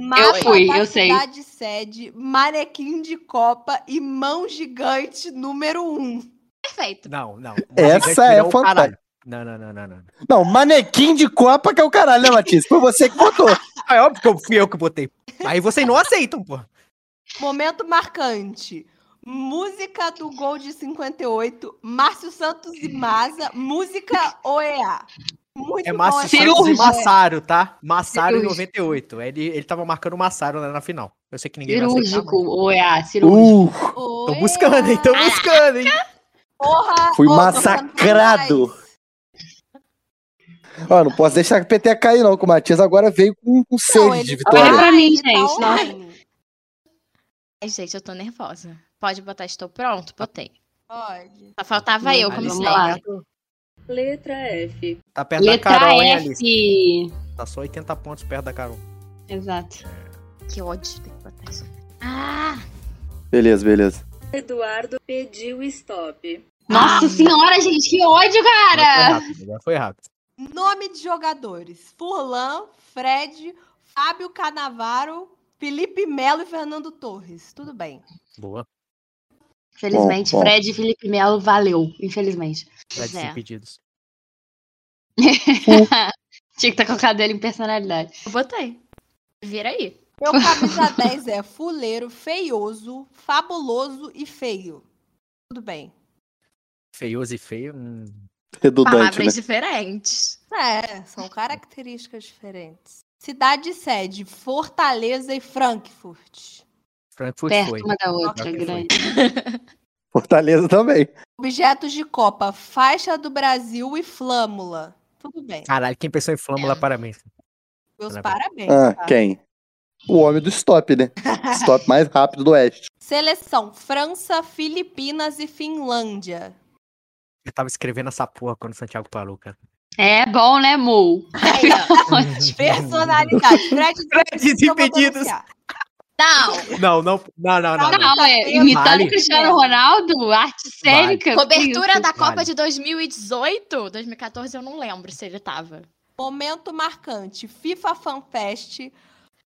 Speaker 3: Mapa
Speaker 1: fui,
Speaker 3: da
Speaker 1: eu sei.
Speaker 3: Cidade sede, manequim de Copa e mão gigante número 1. Um.
Speaker 2: Perfeito.
Speaker 5: Não, não.
Speaker 7: Essa é
Speaker 5: o
Speaker 7: fantástica.
Speaker 5: caralho. Não, não, não, não, não.
Speaker 7: Não, manequim de Copa que é o caralho, né, Matias? Foi você
Speaker 3: [laughs]
Speaker 7: que botou.
Speaker 5: Ah, É óbvio que eu- fui eu que botei. Aí vocês não aceitam, pô.
Speaker 3: Momento marcante. Música do gol de 58, Márcio Santos e Maza, música OEA. Muito
Speaker 5: É
Speaker 3: bom
Speaker 5: Márcio
Speaker 1: assim,
Speaker 3: essa
Speaker 5: Santos e
Speaker 1: Cirúrgico.
Speaker 3: música.
Speaker 5: Massaro, tá? Massaro em
Speaker 1: Cirúrgico.
Speaker 5: 98. Ele, ele tava marcando o Massaro lá na final. Eu sei que ninguém vai aceitar.
Speaker 1: Cirúrgico,
Speaker 5: mas-
Speaker 1: ou é a cirúrgico.
Speaker 7: Uh,
Speaker 5: Tô
Speaker 3: OEA.
Speaker 5: buscando, hein? Tô buscando, hein?
Speaker 3: Porra,
Speaker 7: Fui
Speaker 3: ô, tô
Speaker 7: massacrado.
Speaker 3: falando demais.
Speaker 7: ó, não posso deixar que o PT cair, não, que o Matias agora veio com, com
Speaker 3: Não,
Speaker 7: sede
Speaker 3: ele
Speaker 7: de
Speaker 3: tá
Speaker 1: Olha
Speaker 7: vitória.
Speaker 1: é pra mim,
Speaker 3: online,
Speaker 1: gente,
Speaker 3: tá
Speaker 1: nossa.
Speaker 3: online.
Speaker 2: Ai, gente, eu tô nervosa. Pode botar estou pronto? Botei.
Speaker 3: Pode.
Speaker 2: Só faltava eu, como
Speaker 1: Vamos
Speaker 5: Alice
Speaker 2: sempre.
Speaker 1: lá.
Speaker 5: Tá perto,
Speaker 6: Letra F.
Speaker 5: tá perto da
Speaker 1: Letra
Speaker 5: Carol, hein,
Speaker 1: F.
Speaker 5: Alice? Tá só 80 pontos perto da Carol.
Speaker 1: Exato.
Speaker 2: Que ódio ter que botar isso. Ah!
Speaker 7: Beleza, beleza.
Speaker 6: Eduardo pediu stop.
Speaker 1: Nossa senhora, gente, que ódio, cara!
Speaker 5: Agora foi rápido, agora foi rápido.
Speaker 3: Nome de jogadores: Furlan, Fred, Fábio Canavaro, Felipe Melo e Fernando Torres. Tudo bem.
Speaker 5: Boa.
Speaker 1: Infelizmente,
Speaker 7: Bom, bom.
Speaker 1: Fred e Felipe Melo valeu, infelizmente.
Speaker 5: Fred
Speaker 2: Zé.
Speaker 1: é.
Speaker 5: sem pedidos. Uh.
Speaker 1: [laughs] Tinha que tá ter colocado ele em personalidade.
Speaker 2: Eu botei. Vira aí.
Speaker 3: Meu camisa 10 é fuleiro, feioso, fabuloso e feio. Tudo bem.
Speaker 5: Feioso e feio. hum.
Speaker 7: Redundante, né?
Speaker 2: Palavras diferentes.
Speaker 3: É, são características diferentes. Cidade sede: Fortaleza e Frankfurt.
Speaker 5: Frankfurt
Speaker 1: perto
Speaker 5: foi.
Speaker 1: uma da outra,
Speaker 5: Ok, foi.
Speaker 1: grande.
Speaker 7: Fortaleza também.
Speaker 3: Objetos de Copa: faixa do Brasil e flâmula. Tudo bem.
Speaker 5: Caralho, quem pensou em Flâmula,
Speaker 1: É.
Speaker 5: parabéns.
Speaker 3: Meus
Speaker 5: Parabéns.
Speaker 3: parabéns.
Speaker 7: Ah,
Speaker 3: tá?
Speaker 7: quem? O homem do stop, né? Stop mais rápido do Oeste.
Speaker 3: Seleção: França, Filipinas e Finlândia.
Speaker 5: Eu tava escrevendo essa porra quando o Santiago parou, cara.
Speaker 1: É bom, né, Mu?
Speaker 5: [laughs]
Speaker 3: Aí, ó. Personalidade. Fred
Speaker 5: Créditos
Speaker 3: eu vou
Speaker 5: impedidos.
Speaker 3: denunciar.
Speaker 2: Não,
Speaker 5: Não, não, não, não, não. não.
Speaker 1: Não, é imitando
Speaker 5: Vale.
Speaker 1: o Cristiano Ronaldo, arte
Speaker 5: Vale.
Speaker 1: cênica.
Speaker 2: cobertura da Copa
Speaker 5: Vale.
Speaker 2: de 2018, 2014, eu não lembro se ele tava.
Speaker 3: Momento marcante: FIFA FanFest,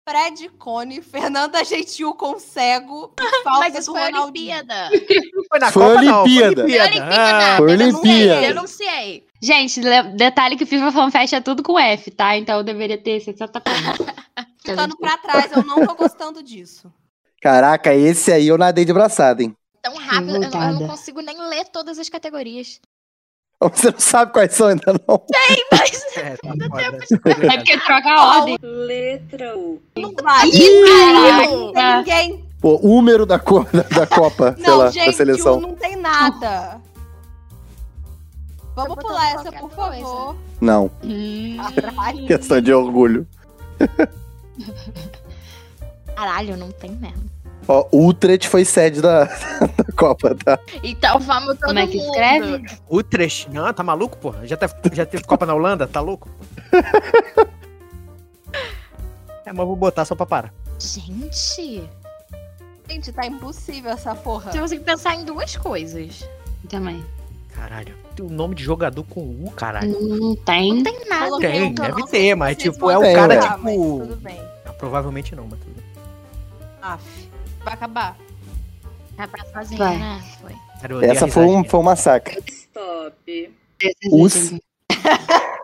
Speaker 3: Fred Cone, Fernanda Gentil com cego.
Speaker 2: [laughs]
Speaker 3: e Falta
Speaker 2: Mas isso
Speaker 3: do
Speaker 2: foi a
Speaker 3: Ronaldinho.
Speaker 2: Olimpíada.
Speaker 5: Foi na
Speaker 7: Foi
Speaker 5: Copa, não.
Speaker 7: Olimpíada.
Speaker 5: Foi
Speaker 2: Foi Olimpíada.
Speaker 5: Ah,
Speaker 7: Foi
Speaker 2: denunciei,
Speaker 7: Olimpíada.
Speaker 2: Denunciei.
Speaker 1: Gente, le- detalhe que o FIFA FanFest é tudo com F, tá? Então eu deveria ter 60
Speaker 3: Ficando pra trás, eu não tô
Speaker 2: [laughs]
Speaker 3: gostando disso.
Speaker 7: Caraca, esse aí eu nadei de braçada, hein? [laughs]
Speaker 2: Tão Então, rápido, eu, não- eu não
Speaker 1: Revoltada.
Speaker 2: consigo nem ler todas as categorias.
Speaker 7: Você não sabe quais são ainda, não?
Speaker 2: Mas
Speaker 5: é, tá foda.
Speaker 1: É porque troca a ordem. né?
Speaker 6: Letra U.
Speaker 3: Não vai.
Speaker 1: Caralho!
Speaker 2: tá.
Speaker 3: Tem ninguém.
Speaker 7: O número da, co- [laughs] da, da Copa, sei
Speaker 3: não,
Speaker 7: lá,
Speaker 3: gente,
Speaker 7: da seleção.
Speaker 3: não tem nada.
Speaker 2: Tô
Speaker 3: Vamos
Speaker 2: botando
Speaker 3: pular essa,
Speaker 2: qualquer
Speaker 3: por
Speaker 2: coisa.
Speaker 3: favor.
Speaker 7: Não,
Speaker 1: Hum,
Speaker 3: Caralho.
Speaker 7: questão de orgulho.
Speaker 2: Caralho, não tem mesmo.
Speaker 7: Ó, Utrecht foi sede da, [laughs] da Copa, tá?
Speaker 2: Então vamos todo
Speaker 1: Como é que
Speaker 2: mundo.
Speaker 1: escreve?
Speaker 5: Utrecht. Não, tá maluco, porra? Já, teve- já
Speaker 7: [laughs]
Speaker 5: teve Copa na Holanda? Tá louco? É, mas eu vou botar só pra parar.
Speaker 2: Gente,
Speaker 3: Gente, tá impossível essa porra.
Speaker 2: eu consigo pensar em duas coisas.
Speaker 1: Também.
Speaker 5: Caralho. Tem o nome de jogador com U,
Speaker 2: Hum.
Speaker 5: caralho.
Speaker 1: Não tem.
Speaker 2: Não tem nada.
Speaker 3: Coloquei
Speaker 5: Tem,
Speaker 3: um
Speaker 5: deve
Speaker 3: canal
Speaker 5: ter,
Speaker 3: que
Speaker 5: mas,
Speaker 3: vocês
Speaker 5: tipo, é
Speaker 7: o
Speaker 3: vão
Speaker 7: cara,
Speaker 3: acabar, mas
Speaker 5: tipo-
Speaker 3: Tudo bem.
Speaker 5: Ah, provavelmente não, mas tudo bem.
Speaker 3: Aff, vai acabar.
Speaker 2: Acabar sozinho,
Speaker 1: Vai.
Speaker 2: né? Foi.
Speaker 5: Cara, eu odeio a
Speaker 7: Essa foi
Speaker 5: risada
Speaker 7: um,
Speaker 5: que-
Speaker 7: foi um massacre.
Speaker 6: Stop.
Speaker 7: Us.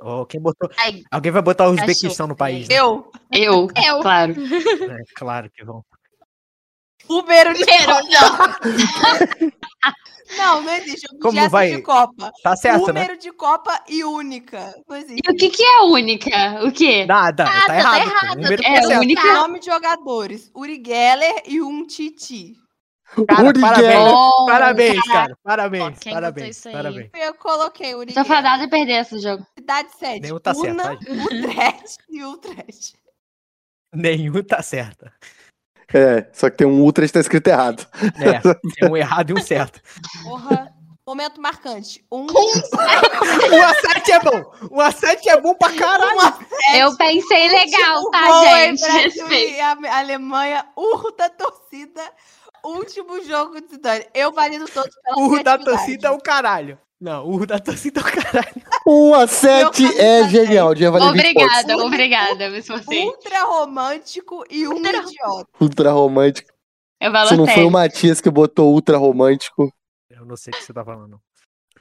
Speaker 5: Ó, quem botou...
Speaker 2: Aí,
Speaker 5: Alguém vai botar o Uzbequistão no país, né?
Speaker 3: Eu,
Speaker 1: Eu,
Speaker 2: Eu.
Speaker 1: claro.
Speaker 5: É, claro que vão.
Speaker 3: Uber de
Speaker 2: primeiro,
Speaker 3: Copa.
Speaker 2: não.
Speaker 3: [laughs] Não, não existe. Objeto
Speaker 5: Como vai?
Speaker 3: de Copa.
Speaker 5: Tá certo, né?
Speaker 3: Número de Copa e única. Não existe.
Speaker 1: E o que, que é única? O quê?
Speaker 5: Nada,
Speaker 2: Nada,
Speaker 5: tá
Speaker 2: tá
Speaker 5: errado. pô.
Speaker 2: errado,
Speaker 5: Número
Speaker 2: tá
Speaker 5: tá
Speaker 1: É
Speaker 5: certo.
Speaker 1: única.
Speaker 3: Nome de jogadores. Uri Geller e um Titi.
Speaker 5: Cara,
Speaker 7: Uri
Speaker 5: parabéns,
Speaker 7: Geller.
Speaker 1: Bom,
Speaker 5: parabéns, cara. Parabéns,
Speaker 2: Ó, quem botou
Speaker 5: parabéns,
Speaker 2: isso aí?
Speaker 5: parabéns.
Speaker 3: Eu coloquei Uri
Speaker 1: Tô
Speaker 3: Geller.
Speaker 1: fadada a perder esse jogo.
Speaker 3: Cidade sede.
Speaker 5: Nenhum tá certo,
Speaker 3: Una,
Speaker 5: tá,
Speaker 3: [laughs] Utrecht e Utrecht.
Speaker 5: Nenhum tá
Speaker 7: [laughs]
Speaker 5: certo.
Speaker 7: É, só que tem um Utrecht que tá escrito errado.
Speaker 5: É, tem um errado e um certo.
Speaker 3: Porra. Momento marcante. Um, [laughs]
Speaker 5: Um a 7 é bom. Um a 7 é bom pra caralho.
Speaker 3: um a
Speaker 1: Eu pensei legal,
Speaker 3: último
Speaker 1: tá,
Speaker 3: gol é
Speaker 1: gente?
Speaker 3: Brasil
Speaker 1: Respeito.
Speaker 3: e Ale- Alemanha, urro da torcida, último jogo de Zidane. Eu valido todos pela
Speaker 5: O urro da
Speaker 3: criatividade.
Speaker 5: torcida é o caralho. Não, o urro da torcida é o caralho.
Speaker 7: 1 a 7
Speaker 3: Meu
Speaker 7: é
Speaker 3: caminho
Speaker 7: genial, devia valer 20 pontos.
Speaker 1: Obrigada, obrigada. Me esforcei.
Speaker 3: Ultra romântico e um
Speaker 2: Ultra-
Speaker 3: idiota.
Speaker 7: Ultra romântico.
Speaker 1: Eu falo
Speaker 7: Se não foi
Speaker 1: sério.
Speaker 7: o Matias que botou ultra romântico,
Speaker 5: Eu não sei o que você tá falando.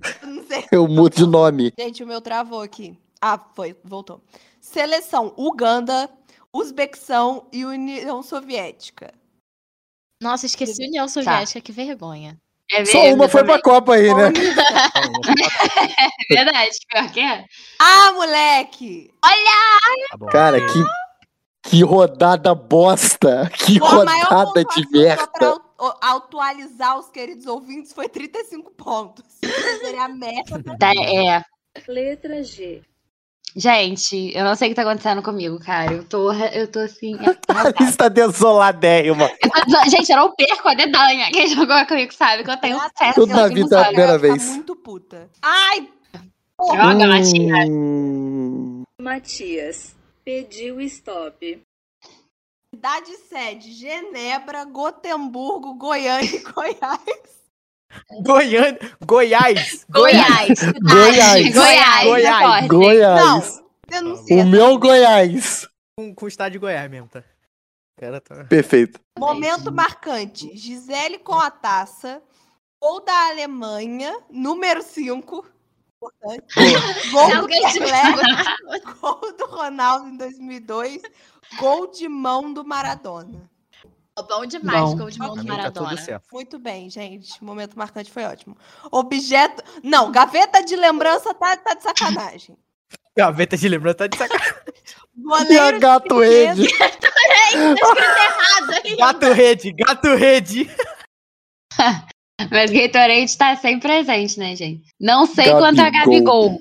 Speaker 1: [laughs]
Speaker 3: Não sei.
Speaker 7: eu mudo de nome.
Speaker 3: Gente, o meu travou aqui. Ah, foi, voltou. Seleção Uganda, Uzbequistão e União Soviética.
Speaker 2: Nossa, esqueci a União
Speaker 1: Tá.
Speaker 2: Soviética, que vergonha.
Speaker 1: É
Speaker 7: Só uma foi
Speaker 1: também.
Speaker 7: pra Copa aí, né?
Speaker 5: Tá
Speaker 1: É verdade, pior que é.
Speaker 3: [laughs] Ah, moleque!
Speaker 5: Tá bom.
Speaker 7: Cara, que, que rodada bosta! Que
Speaker 3: Pô, a maior
Speaker 7: rodada de
Speaker 3: pontuação só
Speaker 7: merda!
Speaker 3: pra au- atualizar os queridos ouvintes foi 35 pontos. Isso Seria a meta da
Speaker 1: Tá, é.
Speaker 6: Letra G.
Speaker 1: Gente, eu não sei o que tá acontecendo comigo, cara. Eu tô, eu tô assim.
Speaker 7: Está desoladérrima.
Speaker 1: Gente, eu não perco a dedanha. Quem jogou comigo sabe que eu tenho
Speaker 3: Graças
Speaker 1: sucesso.
Speaker 3: a Deus,
Speaker 7: Tudo na
Speaker 3: eu não
Speaker 7: vida é a
Speaker 3: sabe,
Speaker 7: primeira
Speaker 3: ela tá
Speaker 7: vez.
Speaker 3: muito puta. Ai,
Speaker 1: Joga, latinha.
Speaker 7: Hum,
Speaker 6: Matias. Pediu stop.
Speaker 3: cidade sede, Genebra, Gotemburgo, Goiânia e Goiás.
Speaker 5: Goiânia, Tá Goiás.
Speaker 2: Goiás. cidade,
Speaker 7: Goiás.
Speaker 1: Goiás, Goiás.
Speaker 5: Goiás.
Speaker 3: Não,
Speaker 7: Goiás.
Speaker 3: é denuncia.
Speaker 7: Ah, O meu Goiás.
Speaker 5: Com, com o estado de Goiás mesmo, tá? O Cara, tá...
Speaker 7: Perfeito.
Speaker 3: Momento marcante. Gisele com a taça. Gol da Alemanha, número 5. Gol
Speaker 2: [laughs] Se
Speaker 3: do
Speaker 1: é
Speaker 2: alguém tiver
Speaker 3: Pelé,
Speaker 2: alguma-
Speaker 3: gol do Ronaldo em 2002. Gol de mão do Maradona.
Speaker 2: Bom demais,
Speaker 1: Bom.
Speaker 2: gol de mão do
Speaker 5: Pra mim tá tudo
Speaker 2: Maradona.
Speaker 5: certo.
Speaker 3: Muito bem, gente. Momento marcante foi ótimo. Objeto. Não, gaveta de lembrança tá, tá de sacanagem.
Speaker 5: Gaveta de lembrança tá de sacanagem.
Speaker 3: Goleiro
Speaker 7: Minha
Speaker 3: de
Speaker 7: gato
Speaker 3: defesa,
Speaker 7: rede.
Speaker 2: Tá
Speaker 5: Gato rede, gato rede.
Speaker 1: Mas Gatorade tá sempre presente, né, gente? Não sei
Speaker 7: Gabigol.
Speaker 1: quanto a Gabigol.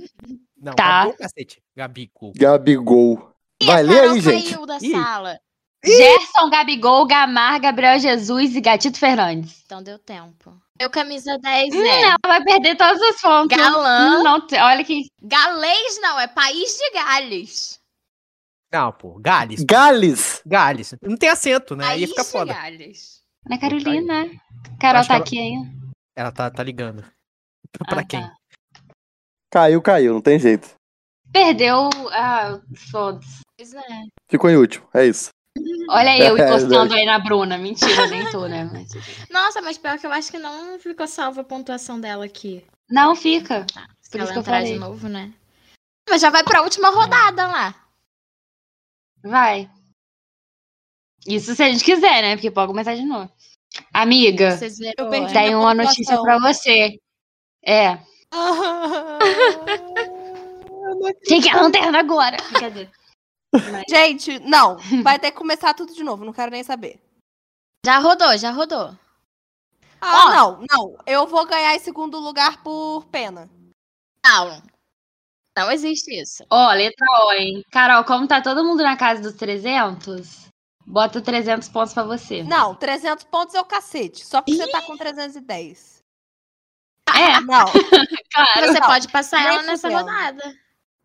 Speaker 5: Não,
Speaker 1: Tá.
Speaker 5: Gabigol, cacete. Gabigol.
Speaker 7: Gabigol. Vai ler
Speaker 2: Carol
Speaker 7: aí, gente.
Speaker 2: Saiu da
Speaker 5: Ih.
Speaker 2: sala.
Speaker 1: Gerson, Gabigol, Gamar, Gabriel Jesus e Gatito Fernandes.
Speaker 2: Então deu tempo. Meu camisa 10
Speaker 1: Hum,
Speaker 2: é
Speaker 1: ela vai perder todas as fontes.
Speaker 2: Galã.
Speaker 1: Hum, não te- olha que.
Speaker 2: Galês, não, é país de Gales.
Speaker 5: Não, pô. Gales.
Speaker 7: Gales.
Speaker 5: Gales. Não tem acento, né? Aí
Speaker 2: país
Speaker 5: fica
Speaker 2: de
Speaker 5: foda.
Speaker 2: Gales.
Speaker 1: Ana Carolina. Carol
Speaker 5: tá
Speaker 1: tá
Speaker 5: Acho que ela-
Speaker 1: aqui ainda.
Speaker 5: Ela tá, tá ligando. Pra
Speaker 1: Ah, tá.
Speaker 5: quem?
Speaker 7: Caiu, caiu, não tem jeito.
Speaker 1: Perdeu. Ah, foda-se.
Speaker 2: Pois é.
Speaker 7: Ficou em último, é isso.
Speaker 1: Olha
Speaker 5: [laughs]
Speaker 1: eu
Speaker 7: É,
Speaker 1: encostando aí na Bruna. Mentira, nem tô, né? Mas-
Speaker 2: Nossa, mas pior que eu acho que não ficou salva a pontuação dela aqui.
Speaker 1: Não fica.
Speaker 2: Tá, se
Speaker 1: Por
Speaker 2: ela
Speaker 1: isso que eu
Speaker 2: entrar
Speaker 1: falei.
Speaker 2: de novo, né? Mas já vai pra última rodada lá.
Speaker 1: Vai. Isso se a gente quiser, né? Porque pode começar de novo. Amiga,
Speaker 2: Vocês viram.
Speaker 3: Eu perdi.
Speaker 2: né?
Speaker 1: tem
Speaker 3: minha
Speaker 1: uma notícia
Speaker 3: pontuação.
Speaker 1: pra você. É. Quem que é a lanterna agora? Brincadeira.
Speaker 3: [laughs] Gente, não. Vai ter que começar tudo de novo, não quero nem saber.
Speaker 2: Já rodou, já rodou.
Speaker 3: Ah,
Speaker 2: Ó.
Speaker 3: não, não. Eu vou ganhar em segundo lugar por pena.
Speaker 2: Não. Não existe isso.
Speaker 1: Ó, letra O, hein? Carol, como tá todo mundo na casa dos 300, bota 300 pontos pra você.
Speaker 3: Não, 300 pontos é o cacete. Só porque você tá com 310.
Speaker 1: É,
Speaker 3: Ah, Não.
Speaker 1: claro.
Speaker 2: Você
Speaker 3: Não,
Speaker 2: pode passar
Speaker 3: nem
Speaker 2: ela nessa
Speaker 3: fudendo.
Speaker 2: rodada.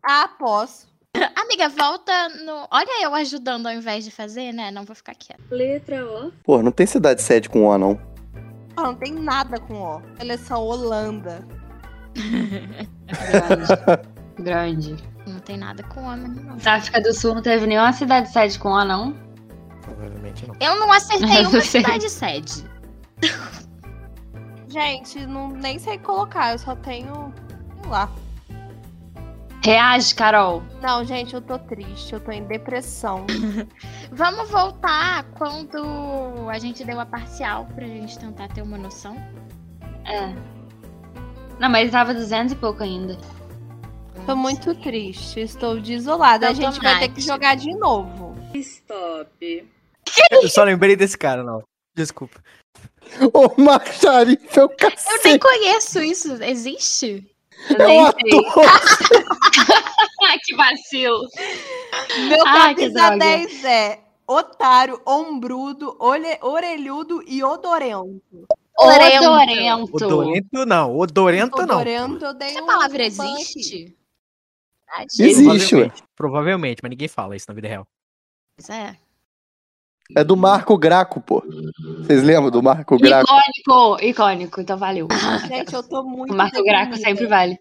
Speaker 3: Ah, posso.
Speaker 2: Amiga, volta no. Olha eu ajudando ao invés de fazer, né? Não vou ficar quieta.
Speaker 6: Letra O.
Speaker 7: Pô, não tem cidade sede com O, não.
Speaker 3: Ah, não tem nada com O. Seleção Holanda.
Speaker 1: Grande. Grande.
Speaker 2: Não tem nada com homem, não.
Speaker 1: Na África do Sul não teve nenhuma cidade sede com A, não?
Speaker 5: Provavelmente não.
Speaker 2: Eu não
Speaker 1: [laughs]
Speaker 2: acertei
Speaker 1: Eu
Speaker 2: uma
Speaker 1: sei.
Speaker 2: cidade sede.
Speaker 3: Gente, não, nem sei colocar, eu só tenho. Sei lá.
Speaker 1: Reage, Carol.
Speaker 3: Não, gente, eu tô triste, eu tô em depressão.
Speaker 2: Vamos voltar quando a gente deu a parcial pra gente tentar ter uma noção.
Speaker 1: É. Não, mas tava 200 e pouco ainda.
Speaker 3: Tô muito triste, estou desolada.
Speaker 2: Então,
Speaker 3: A gente vai ter
Speaker 2: tomate.
Speaker 3: que jogar de novo.
Speaker 6: Stop.
Speaker 5: Eu só lembrei desse cara, não. Desculpa.
Speaker 7: O Marco Xarife é o
Speaker 2: Eu nem
Speaker 7: cacete.
Speaker 2: conheço isso. Existe?
Speaker 1: Eu
Speaker 7: É o
Speaker 1: nem sei. [laughs]
Speaker 7: ator.
Speaker 1: Ah, que vacilo.
Speaker 3: Meu
Speaker 1: Ai, que
Speaker 3: camisa
Speaker 1: droga.
Speaker 3: 10 é otário, ombrudo, olhe- orelhudo e odorento.
Speaker 2: Orento.
Speaker 1: Odorento.
Speaker 5: Odorento não. Odorento não.
Speaker 3: Odorento, eu dei
Speaker 2: Essa
Speaker 3: um
Speaker 2: palavra
Speaker 3: ban aqui.
Speaker 2: existe?
Speaker 7: Existe, ué.
Speaker 5: Provavelmente, provavelmente, mas ninguém fala isso na vida real.
Speaker 2: Pois é.
Speaker 7: É do Marco Graco, pô. Vocês lembram do Marco Graco?
Speaker 1: Icônico, icônico. Então valeu.
Speaker 3: Gente, eu tô muito.
Speaker 1: O Marco Graco
Speaker 3: deprimida.
Speaker 1: sempre vale.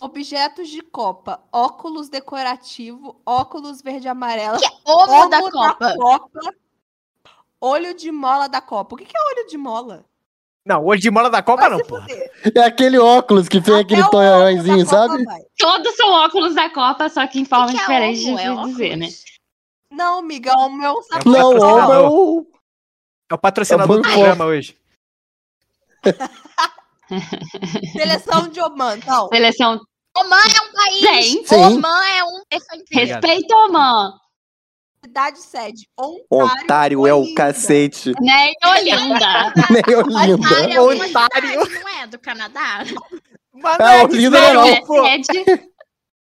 Speaker 3: Objetos de copa: óculos decorativo, óculos verde e amarelo,
Speaker 2: Ovo é da
Speaker 3: Ovo
Speaker 2: Copa.
Speaker 3: Copa, Olho de mola da Copa. O que que é olho de mola?
Speaker 5: Não, hoje de mola da Copa
Speaker 3: Vai
Speaker 5: não,
Speaker 3: se
Speaker 5: porra.
Speaker 3: fuder.
Speaker 7: É aquele óculos que tem
Speaker 3: Até o
Speaker 7: aquele
Speaker 3: ovo
Speaker 7: tonhãozinho,
Speaker 3: da Copa
Speaker 7: sabe?
Speaker 3: vai.
Speaker 1: Todos são óculos da Copa, só que em
Speaker 2: O
Speaker 1: formas
Speaker 2: que que é
Speaker 1: diferentes
Speaker 2: ovo?
Speaker 1: de
Speaker 2: É
Speaker 1: dizer, né?
Speaker 2: óculos?
Speaker 3: Não, amiga, o meu sapato.
Speaker 7: Não, o ovo é
Speaker 5: patrocinador.
Speaker 7: o...
Speaker 5: É o patrocinador do
Speaker 7: Banco
Speaker 5: programa hoje.
Speaker 3: Seleção de Oman. Não,
Speaker 1: né? Seleção
Speaker 2: Oman é um país.
Speaker 1: Gente.
Speaker 7: Sim.
Speaker 2: Oman é um elefante.
Speaker 5: Obrigado.
Speaker 1: Respeita o man.
Speaker 3: cidade sede. Ontário,
Speaker 7: Otário é o
Speaker 3: Olinda.
Speaker 7: cacete.
Speaker 1: Né? E Olinda.
Speaker 7: Nem Olinda.
Speaker 2: Otário é uma
Speaker 5: Otário.
Speaker 2: cidade, não é? Do Canadá?
Speaker 5: Mas
Speaker 7: É,
Speaker 5: é
Speaker 7: o
Speaker 5: de
Speaker 7: Lino
Speaker 5: série,
Speaker 7: não,
Speaker 5: não, pô.
Speaker 1: É de-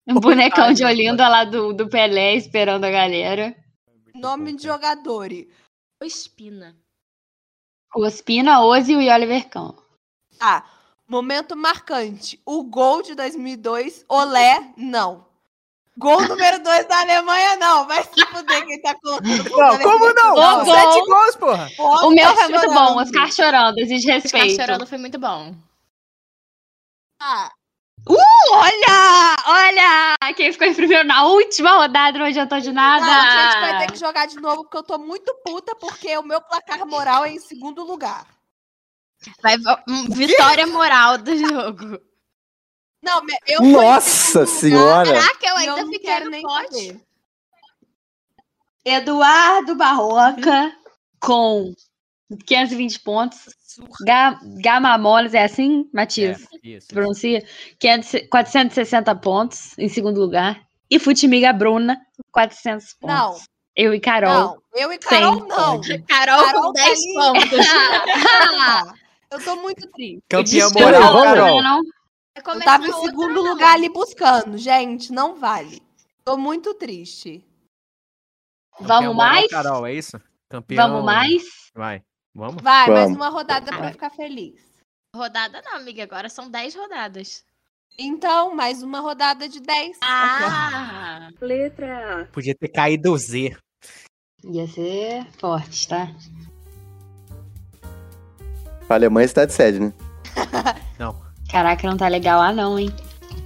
Speaker 1: Um bonecão de Olinda lá do, do Pelé esperando a galera.
Speaker 3: Nome de jogador.
Speaker 2: Ou espina.
Speaker 1: O Ospina, Ozzy e o Oliver Cão.
Speaker 3: Ah, momento marcante. O gol de 2002, Olé, não. Gol número 2 da Alemanha, não. Vai se fuder quem tá
Speaker 1: [laughs]
Speaker 3: colocando. gol
Speaker 5: É, Não,
Speaker 3: da
Speaker 5: como
Speaker 3: Alemanha.
Speaker 5: não?
Speaker 1: Ô, gol.
Speaker 5: Sete gols, porra. É,
Speaker 3: Porra,
Speaker 1: O meu
Speaker 3: tá
Speaker 1: foi muito
Speaker 3: chorando.
Speaker 1: bom, Oscar chorando, exige
Speaker 2: Ficar
Speaker 1: respeito.
Speaker 2: chorando foi muito bom.
Speaker 3: Ah,
Speaker 1: Olha! Olha! Quem ficou em primeiro na última rodada não adiantou de nada.
Speaker 3: não, a gente vai ter que jogar de novo porque eu tô muito puta porque o meu placar moral é em segundo lugar.
Speaker 2: Vai, [laughs] hum, vitória moral do jogo.
Speaker 3: Não, me- eu fui em
Speaker 7: Nossa
Speaker 3: segundo lugar,
Speaker 7: senhora.
Speaker 2: Caraca, É. eu
Speaker 3: e eu
Speaker 2: ainda
Speaker 3: não
Speaker 2: fiquei
Speaker 3: quero
Speaker 2: no
Speaker 3: nem
Speaker 2: pote.
Speaker 3: saber.
Speaker 1: Eduardo Barroca com 520 pontos. Ga Gamamones, é assim, Matias?
Speaker 5: É, isso, isso.
Speaker 1: pronuncia, 500 460 pontos em segundo lugar. E Futimiga Bruna, 400 pontos.
Speaker 3: Não,
Speaker 1: Eu e Carol.
Speaker 3: não. Eu e Carol
Speaker 1: Sem
Speaker 3: não.
Speaker 2: Carol, tá
Speaker 3: Carol
Speaker 2: com 10
Speaker 3: Calim.
Speaker 2: pontos.
Speaker 1: [laughs]
Speaker 3: Eu tô muito triste.
Speaker 5: Campeão
Speaker 1: Destoou,
Speaker 7: moral,
Speaker 1: tá
Speaker 7: Carol.
Speaker 1: vendo, não?
Speaker 2: Vai
Speaker 3: Eu
Speaker 2: começar
Speaker 3: tava em
Speaker 2: outra
Speaker 3: segundo
Speaker 2: não.
Speaker 3: lugar ali buscando. Gente, não vale. Tô muito triste.
Speaker 1: Vamos mais?
Speaker 5: Carol, é isso? Campeão.
Speaker 1: Vamos mais?
Speaker 5: Vai. Vamos?
Speaker 3: Vai, mais
Speaker 7: Vamos.
Speaker 3: uma rodada pra
Speaker 5: Vai.
Speaker 3: ficar feliz.
Speaker 2: Rodada não, amiga. Agora são 10 rodadas.
Speaker 3: Então, mais uma rodada de 10.
Speaker 2: Ah!
Speaker 6: Letra A.
Speaker 5: Podia ter caído o Z.
Speaker 1: Ia ser forte, tá?
Speaker 7: A Alemanha está de sede, né?
Speaker 1: Caraca, não tá legal lá não, hein?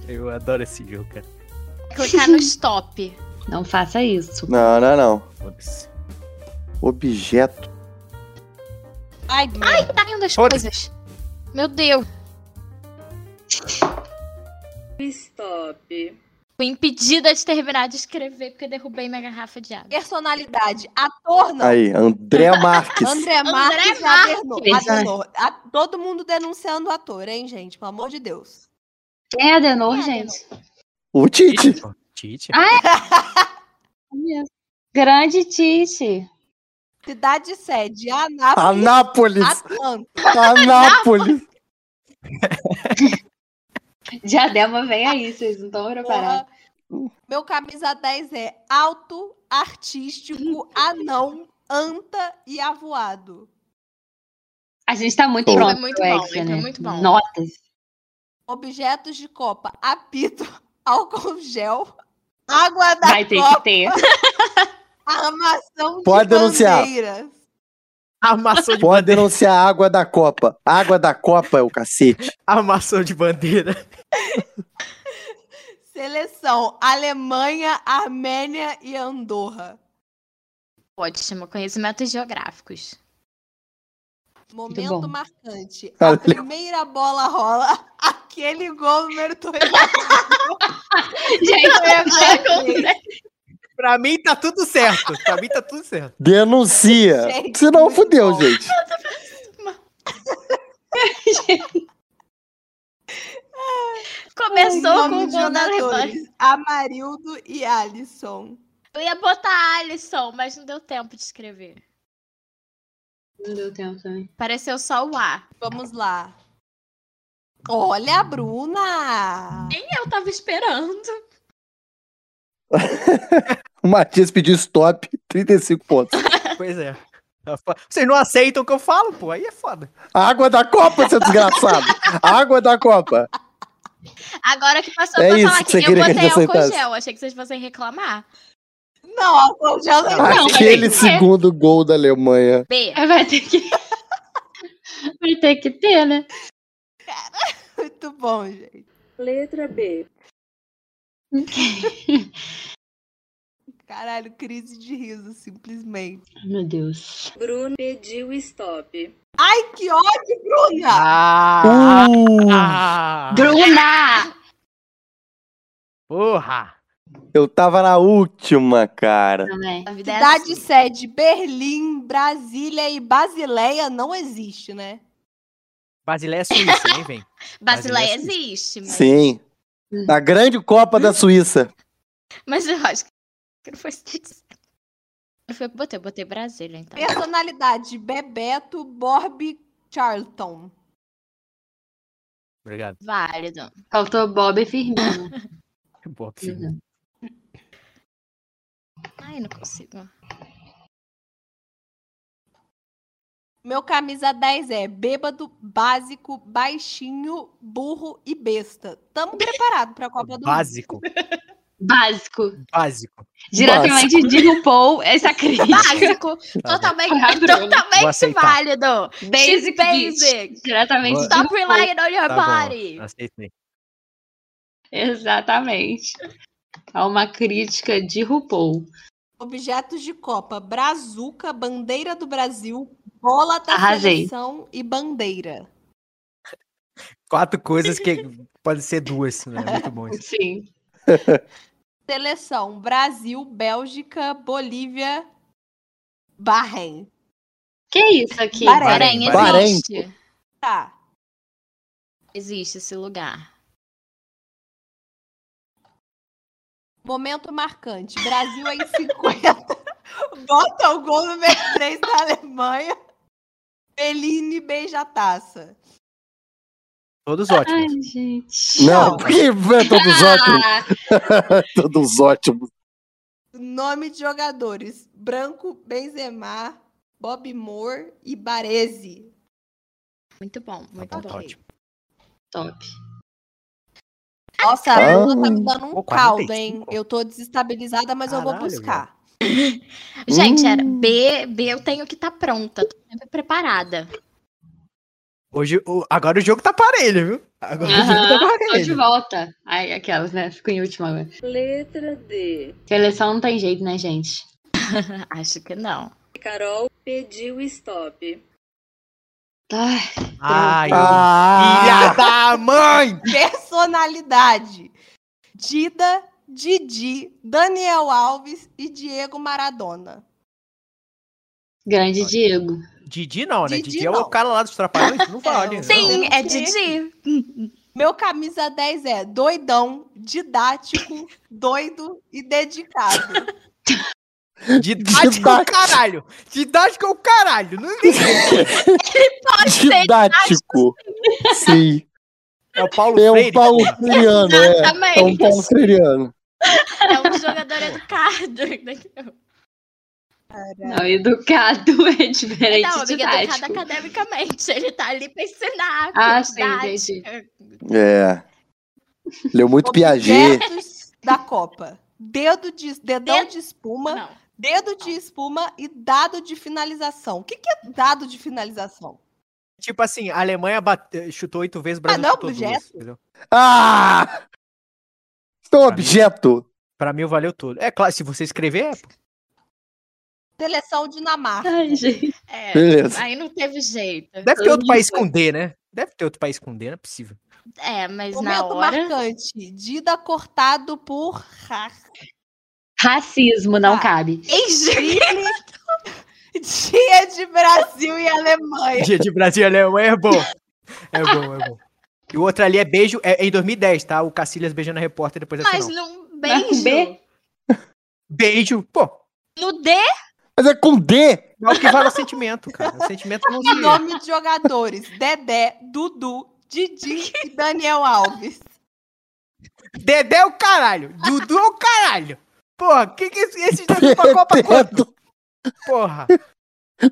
Speaker 5: Eu adoro esse jogo, cara.
Speaker 2: Clicar no stop.
Speaker 1: Não faça isso.
Speaker 7: Não, não, não.
Speaker 5: Foda-se.
Speaker 7: Objeto.
Speaker 3: Ai,
Speaker 2: Ai, tá indo as
Speaker 5: Foda-se.
Speaker 2: coisas. Meu Deus.
Speaker 6: Stop.
Speaker 2: Fui impedida de terminar de escrever porque derrubei minha garrafa de água.
Speaker 3: personalidade. Ator não. [laughs]
Speaker 7: Aí, André Marques.
Speaker 3: André
Speaker 2: André
Speaker 3: Marques
Speaker 2: Marques.
Speaker 3: Adernou. Adernou. A- Todo mundo denunciando o ator, hein, gente? Pelo amor de Deus.
Speaker 1: Quem é Adenor,
Speaker 2: Quem é
Speaker 1: gente?
Speaker 7: o Tite.
Speaker 5: pô. Tite.
Speaker 1: Grande Tite.
Speaker 3: Cidade sede, Anápolis,
Speaker 7: Anápolis.
Speaker 3: Atlanta.
Speaker 7: Anápolis.
Speaker 1: Diadema vem aí, vocês não estão preparados.
Speaker 3: Porra. Meu camisa 10 é alto, artístico, anão, anta e avoado.
Speaker 1: A gente tá muito
Speaker 7: Foi
Speaker 1: pronto.
Speaker 2: É muito
Speaker 1: pro
Speaker 2: bom,
Speaker 1: Hexa,
Speaker 2: hein? Foi
Speaker 1: né?
Speaker 2: muito bom.
Speaker 1: Notas.
Speaker 3: Objetos de copa, apito, [laughs] álcool gel,
Speaker 2: Tá
Speaker 3: água da
Speaker 1: Vai ter
Speaker 3: copa,
Speaker 1: que
Speaker 2: [laughs]
Speaker 1: ter.
Speaker 3: armação
Speaker 7: Pode
Speaker 3: de
Speaker 7: denunciar.
Speaker 3: bandeiras.
Speaker 5: Armação de
Speaker 7: Pode
Speaker 5: bandeira.
Speaker 7: denunciar a água da Copa. A água da Copa é o cacete.
Speaker 5: Armação de bandeira.
Speaker 3: Seleção, Alemanha, Armênia e Andorra.
Speaker 2: Ótimo, conhecimentos geográficos.
Speaker 3: Momento
Speaker 1: bom.
Speaker 3: marcante. A
Speaker 7: Valeu.
Speaker 3: primeira bola rola. [laughs] Aquele gol número 2.
Speaker 1: gente,
Speaker 2: é
Speaker 1: [laughs]
Speaker 5: Pra mim tá tudo certo. Pra mim tá tudo certo.
Speaker 7: Denuncia.
Speaker 3: Gente,
Speaker 7: Senão
Speaker 3: muito
Speaker 7: fudeu,
Speaker 3: bom.
Speaker 7: gente.
Speaker 2: [laughs]
Speaker 3: um
Speaker 2: Começou com o gol da Alemanha.
Speaker 3: Amarildo e Alisson.
Speaker 2: Eu ia botar Alisson, mas não deu tempo de escrever.
Speaker 1: Não deu tempo também.
Speaker 2: Pareceu só o A.
Speaker 3: Vamos lá. Olha a Bruna!
Speaker 2: Nem eu tava esperando.
Speaker 7: O Matias pediu stop. 35 pontos.
Speaker 5: Pois é. Vocês não aceitam o que eu falo, pô. Aí é foda.
Speaker 7: A água da Copa, seu desgraçado. A água da Copa.
Speaker 2: Agora que passou
Speaker 7: É
Speaker 2: pra
Speaker 7: isso
Speaker 2: falar
Speaker 7: que
Speaker 2: que,
Speaker 7: você
Speaker 2: eu
Speaker 7: queria que a
Speaker 2: botei
Speaker 7: gente
Speaker 2: álcool
Speaker 7: aceitasse.
Speaker 2: gel. Achei que vocês fossem reclamar.
Speaker 3: Não, álcool gel não. é
Speaker 1: Ah. mas
Speaker 7: Aquele
Speaker 1: tem que ter.
Speaker 7: segundo gol da Alemanha.
Speaker 2: B.
Speaker 1: Vai ter que. [laughs] Vai ter que ter, né?
Speaker 3: Muito bom, gente.
Speaker 6: Letra B.
Speaker 3: Caralho, crise de riso, simplesmente.
Speaker 1: Meu Deus.
Speaker 6: Bruno pediu stop.
Speaker 3: Ai, que ódio, Bruna!
Speaker 5: Ah!
Speaker 7: Uh,
Speaker 5: ah
Speaker 1: Bruna!
Speaker 5: Porra!
Speaker 7: eu tava na última, cara.
Speaker 1: Também.
Speaker 2: A vida é
Speaker 3: Cidade
Speaker 2: assim.
Speaker 3: sede, Berlim, Brasília e Basileia não existe, né?
Speaker 5: Basileia é Suíça, nem vem.
Speaker 2: Basileia
Speaker 5: Basileia
Speaker 2: existe, mas,
Speaker 7: Sim.
Speaker 3: Hum.
Speaker 7: Na grande Copa da Suíça.
Speaker 2: mas eu acho que não foi isso. Não foi o que eu botei, eu botei Brasília,
Speaker 5: Tá.
Speaker 2: então.
Speaker 3: Personalidade, Bebeto, Borb, Charlton.
Speaker 5: Obrigado.
Speaker 2: Válido.
Speaker 1: Faltou Bob e Firmino.
Speaker 5: Que boa, filho.
Speaker 2: Ai, não consigo.
Speaker 3: Meu camisa 10 é bêbado, básico, baixinho, burro e besta. Tamo preparado pra Copa do Mundo.
Speaker 5: Básico.
Speaker 1: Básico.
Speaker 5: Básico.
Speaker 1: Diretamente de RuPaul, essa crítica.
Speaker 2: Básico.
Speaker 5: Tá
Speaker 2: totalmente
Speaker 1: Foi a Bruna.
Speaker 5: Vou
Speaker 2: totalmente
Speaker 5: aceitar.
Speaker 2: válido.
Speaker 1: Basic,
Speaker 2: She's
Speaker 1: bitch.
Speaker 2: basic.
Speaker 1: Diretamente de
Speaker 2: Stop
Speaker 1: RuPaul.
Speaker 2: relying on your
Speaker 5: Tá
Speaker 2: body.
Speaker 5: bom. Aceitei.
Speaker 1: Exatamente. Há uma crítica de RuPaul.
Speaker 3: Objetos de Copa: brazuca, bandeira do Brasil, bola da
Speaker 1: Arrasei.
Speaker 3: seleção e bandeira.
Speaker 5: Quatro coisas que podem ser duas, né? Muito bom isso.
Speaker 1: Sim.
Speaker 3: Seleção: Brasil, Bélgica, Bolívia, Bahrein.
Speaker 1: Que isso aqui?
Speaker 3: Bahrein.
Speaker 2: Bahrein
Speaker 7: Bahrein,
Speaker 2: existe.
Speaker 3: Tá.
Speaker 2: Existe esse lugar.
Speaker 3: Momento marcante: Brasil em 50. [laughs] Bota o gol número 3 da Alemanha. Beline beija a taça.
Speaker 5: Todos
Speaker 1: Ai,
Speaker 5: ótimos.
Speaker 1: gente.
Speaker 7: Não, que é [laughs] todos ótimos.
Speaker 1: Ah,
Speaker 7: todos ótimos.
Speaker 3: Nome de jogadores: Branco, Benzema, Bob Moore e Baresi.
Speaker 2: Muito bom, muito
Speaker 5: bom,
Speaker 2: bom.
Speaker 5: tá ótimo.
Speaker 1: Top.
Speaker 3: Nossa, a
Speaker 7: Ah.
Speaker 3: Lula tá me dando um
Speaker 5: Pô,
Speaker 3: caldo,
Speaker 5: 45.
Speaker 3: hein? Eu tô desestabilizada, mas eu vou
Speaker 5: Caralho,
Speaker 3: buscar.
Speaker 2: Gente, era
Speaker 5: Hum.
Speaker 2: B, B eu tenho que estar pronta, tô sempre preparada. [laughs]
Speaker 5: Hoje, o- agora o jogo tá parelho, viu? Agora o jogo tá
Speaker 1: Aham, tô de
Speaker 5: parelho.
Speaker 1: volta. Ai, aquelas, né? Fico em última agora.
Speaker 6: Letra D.
Speaker 1: Seleção não tem jeito, né, gente?
Speaker 2: Acho que não.
Speaker 6: Carol pediu stop.
Speaker 1: Ai,
Speaker 5: Ai,
Speaker 7: Ah!
Speaker 5: filha da mãe!
Speaker 3: personalidade. Dida, Didi, Daniel Alves e Diego Maradona.
Speaker 1: grande
Speaker 5: Olha.
Speaker 1: Diego.
Speaker 5: Didi não, né?
Speaker 3: Didi
Speaker 5: Didi, é
Speaker 3: não.
Speaker 5: o cara lá dos Trapalhões?
Speaker 3: [laughs]
Speaker 5: Não vale.
Speaker 3: É,
Speaker 5: né?
Speaker 2: Sim,
Speaker 3: não
Speaker 2: é
Speaker 3: sei.
Speaker 2: Didi.
Speaker 3: Meu camisa 10 é doidão, didático, doido e dedicado.
Speaker 5: Didático é o caralho! Didático é o caralho! Não existe.
Speaker 7: Ah, Didático. Sim.
Speaker 5: É o Paulo
Speaker 7: É um
Speaker 5: Freire.
Speaker 7: Paulo
Speaker 5: porra.
Speaker 7: Freiriano, é. É um
Speaker 2: Exatamente.
Speaker 5: Então tá.
Speaker 7: Paulo Freiriano.
Speaker 2: É um jogador educado.
Speaker 1: Não, educado [laughs] é diferente
Speaker 2: Não,
Speaker 1: de
Speaker 2: amiga, educado
Speaker 1: didático.
Speaker 2: academicamente. Ele tá ali pra ensinar.
Speaker 1: Ah,
Speaker 2: com
Speaker 1: sim,
Speaker 2: didática.
Speaker 7: É. Leu muito Piaget.
Speaker 3: Objetos da Copa. Dedo de, dedão de espuma,
Speaker 2: Não.
Speaker 3: dedo de espuma e dado de finalização. O que, que é dado de finalização?
Speaker 5: Tipo assim, a Alemanha bate- chutou oito vezes, o
Speaker 3: Ah,
Speaker 5: Brasil
Speaker 3: não, é.
Speaker 5: chutou
Speaker 3: objeto.
Speaker 5: duas. entendeu?
Speaker 7: Ah! Então, objeto.
Speaker 5: Pra mim, valeu tudo. É claro, se você escrever, é. pô.
Speaker 3: Seleção
Speaker 1: [laughs]
Speaker 3: Dinamarca.
Speaker 1: Ai, gente.
Speaker 2: É,
Speaker 7: Beleza.
Speaker 2: aí não teve jeito.
Speaker 5: Deve ter outro
Speaker 1: Tudo
Speaker 5: país com D, né? Deve ter outro país com D, não é possível.
Speaker 2: É, mas na
Speaker 3: Momento
Speaker 2: hora.
Speaker 3: marcante. Dida cortado por Ra-
Speaker 1: Racismo não
Speaker 3: Ah.
Speaker 1: cabe.
Speaker 3: Dia de Brasil e Alemanha.
Speaker 5: Dia de Brasil e Alemanha é bom. É bom, é bom. E o outro ali é beijo, é, é em 2010, tá? O Cacilhas beijando a repórter depois
Speaker 2: [laughs]
Speaker 5: da
Speaker 2: Mas
Speaker 5: final.
Speaker 2: num
Speaker 1: Mas
Speaker 2: beijo.
Speaker 5: Beijo, pô.
Speaker 2: No D,
Speaker 7: Mas é com D.
Speaker 5: É o que vale o sentimento, cara. O sentimento
Speaker 3: [laughs]
Speaker 5: não se...
Speaker 3: Nome de jogadores: Dedé, Dudu, Didi e Daniel Alves.
Speaker 5: Dedé é o caralho. Dudu é o caralho. Porra, que que esse- esses dois pra Tá
Speaker 7: [laughs]
Speaker 5: Copa quanto? Porra.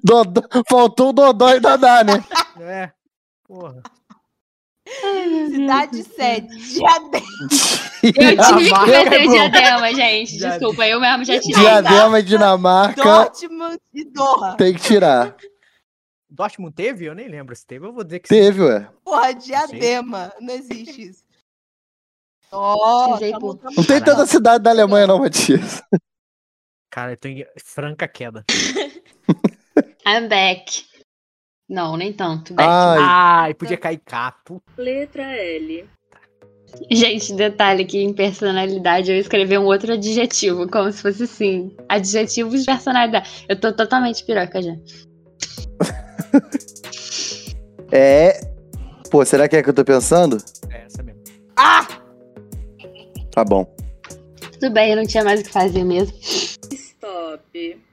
Speaker 7: Dodó, faltou o Dodó e Dadá, né?
Speaker 5: É. Porra.
Speaker 3: Cidade sede: Diadema.
Speaker 1: Eu [laughs] tive
Speaker 7: [laughs]
Speaker 1: que
Speaker 5: Dinamarca
Speaker 1: meter
Speaker 5: é
Speaker 1: o
Speaker 5: bom.
Speaker 1: diadema, [laughs] gente.
Speaker 5: Diadema.
Speaker 1: Desculpa, eu mesmo já tirei.
Speaker 7: Diadema
Speaker 1: então.
Speaker 7: e Dinamarca.
Speaker 3: Dortmund e Doha.
Speaker 7: Tem que tirar.
Speaker 5: Dortmund teve? Eu nem lembro se teve. Eu vou dizer que sim.
Speaker 7: Teve, ué.
Speaker 3: Porra, Diadema. Não existe isso. Ó,
Speaker 1: Precisei
Speaker 3: tamo-
Speaker 1: por-
Speaker 3: tamo-
Speaker 7: Não tem tanta cidade da Alemanha, não, Matias.
Speaker 5: Cara, eu tô em franca queda.
Speaker 1: I'm back. Não, nem
Speaker 2: É.
Speaker 1: tanto. Back.
Speaker 7: Ai,
Speaker 2: Ah.
Speaker 5: Ai, podia cair cá. Puta.
Speaker 6: Letra L.
Speaker 1: Gente, detalhe que em personalidade eu escrevi um outro adjetivo, como se fosse assim. Adjetivos de personalidade. Eu tô totalmente piroca já.
Speaker 7: é. Pô, será que é que eu tô pensando?
Speaker 5: É essa mesmo.
Speaker 3: Ah!
Speaker 7: Ah! Tá bom.
Speaker 1: Tudo bem, eu não tinha mais o que fazer mesmo.
Speaker 6: Stop.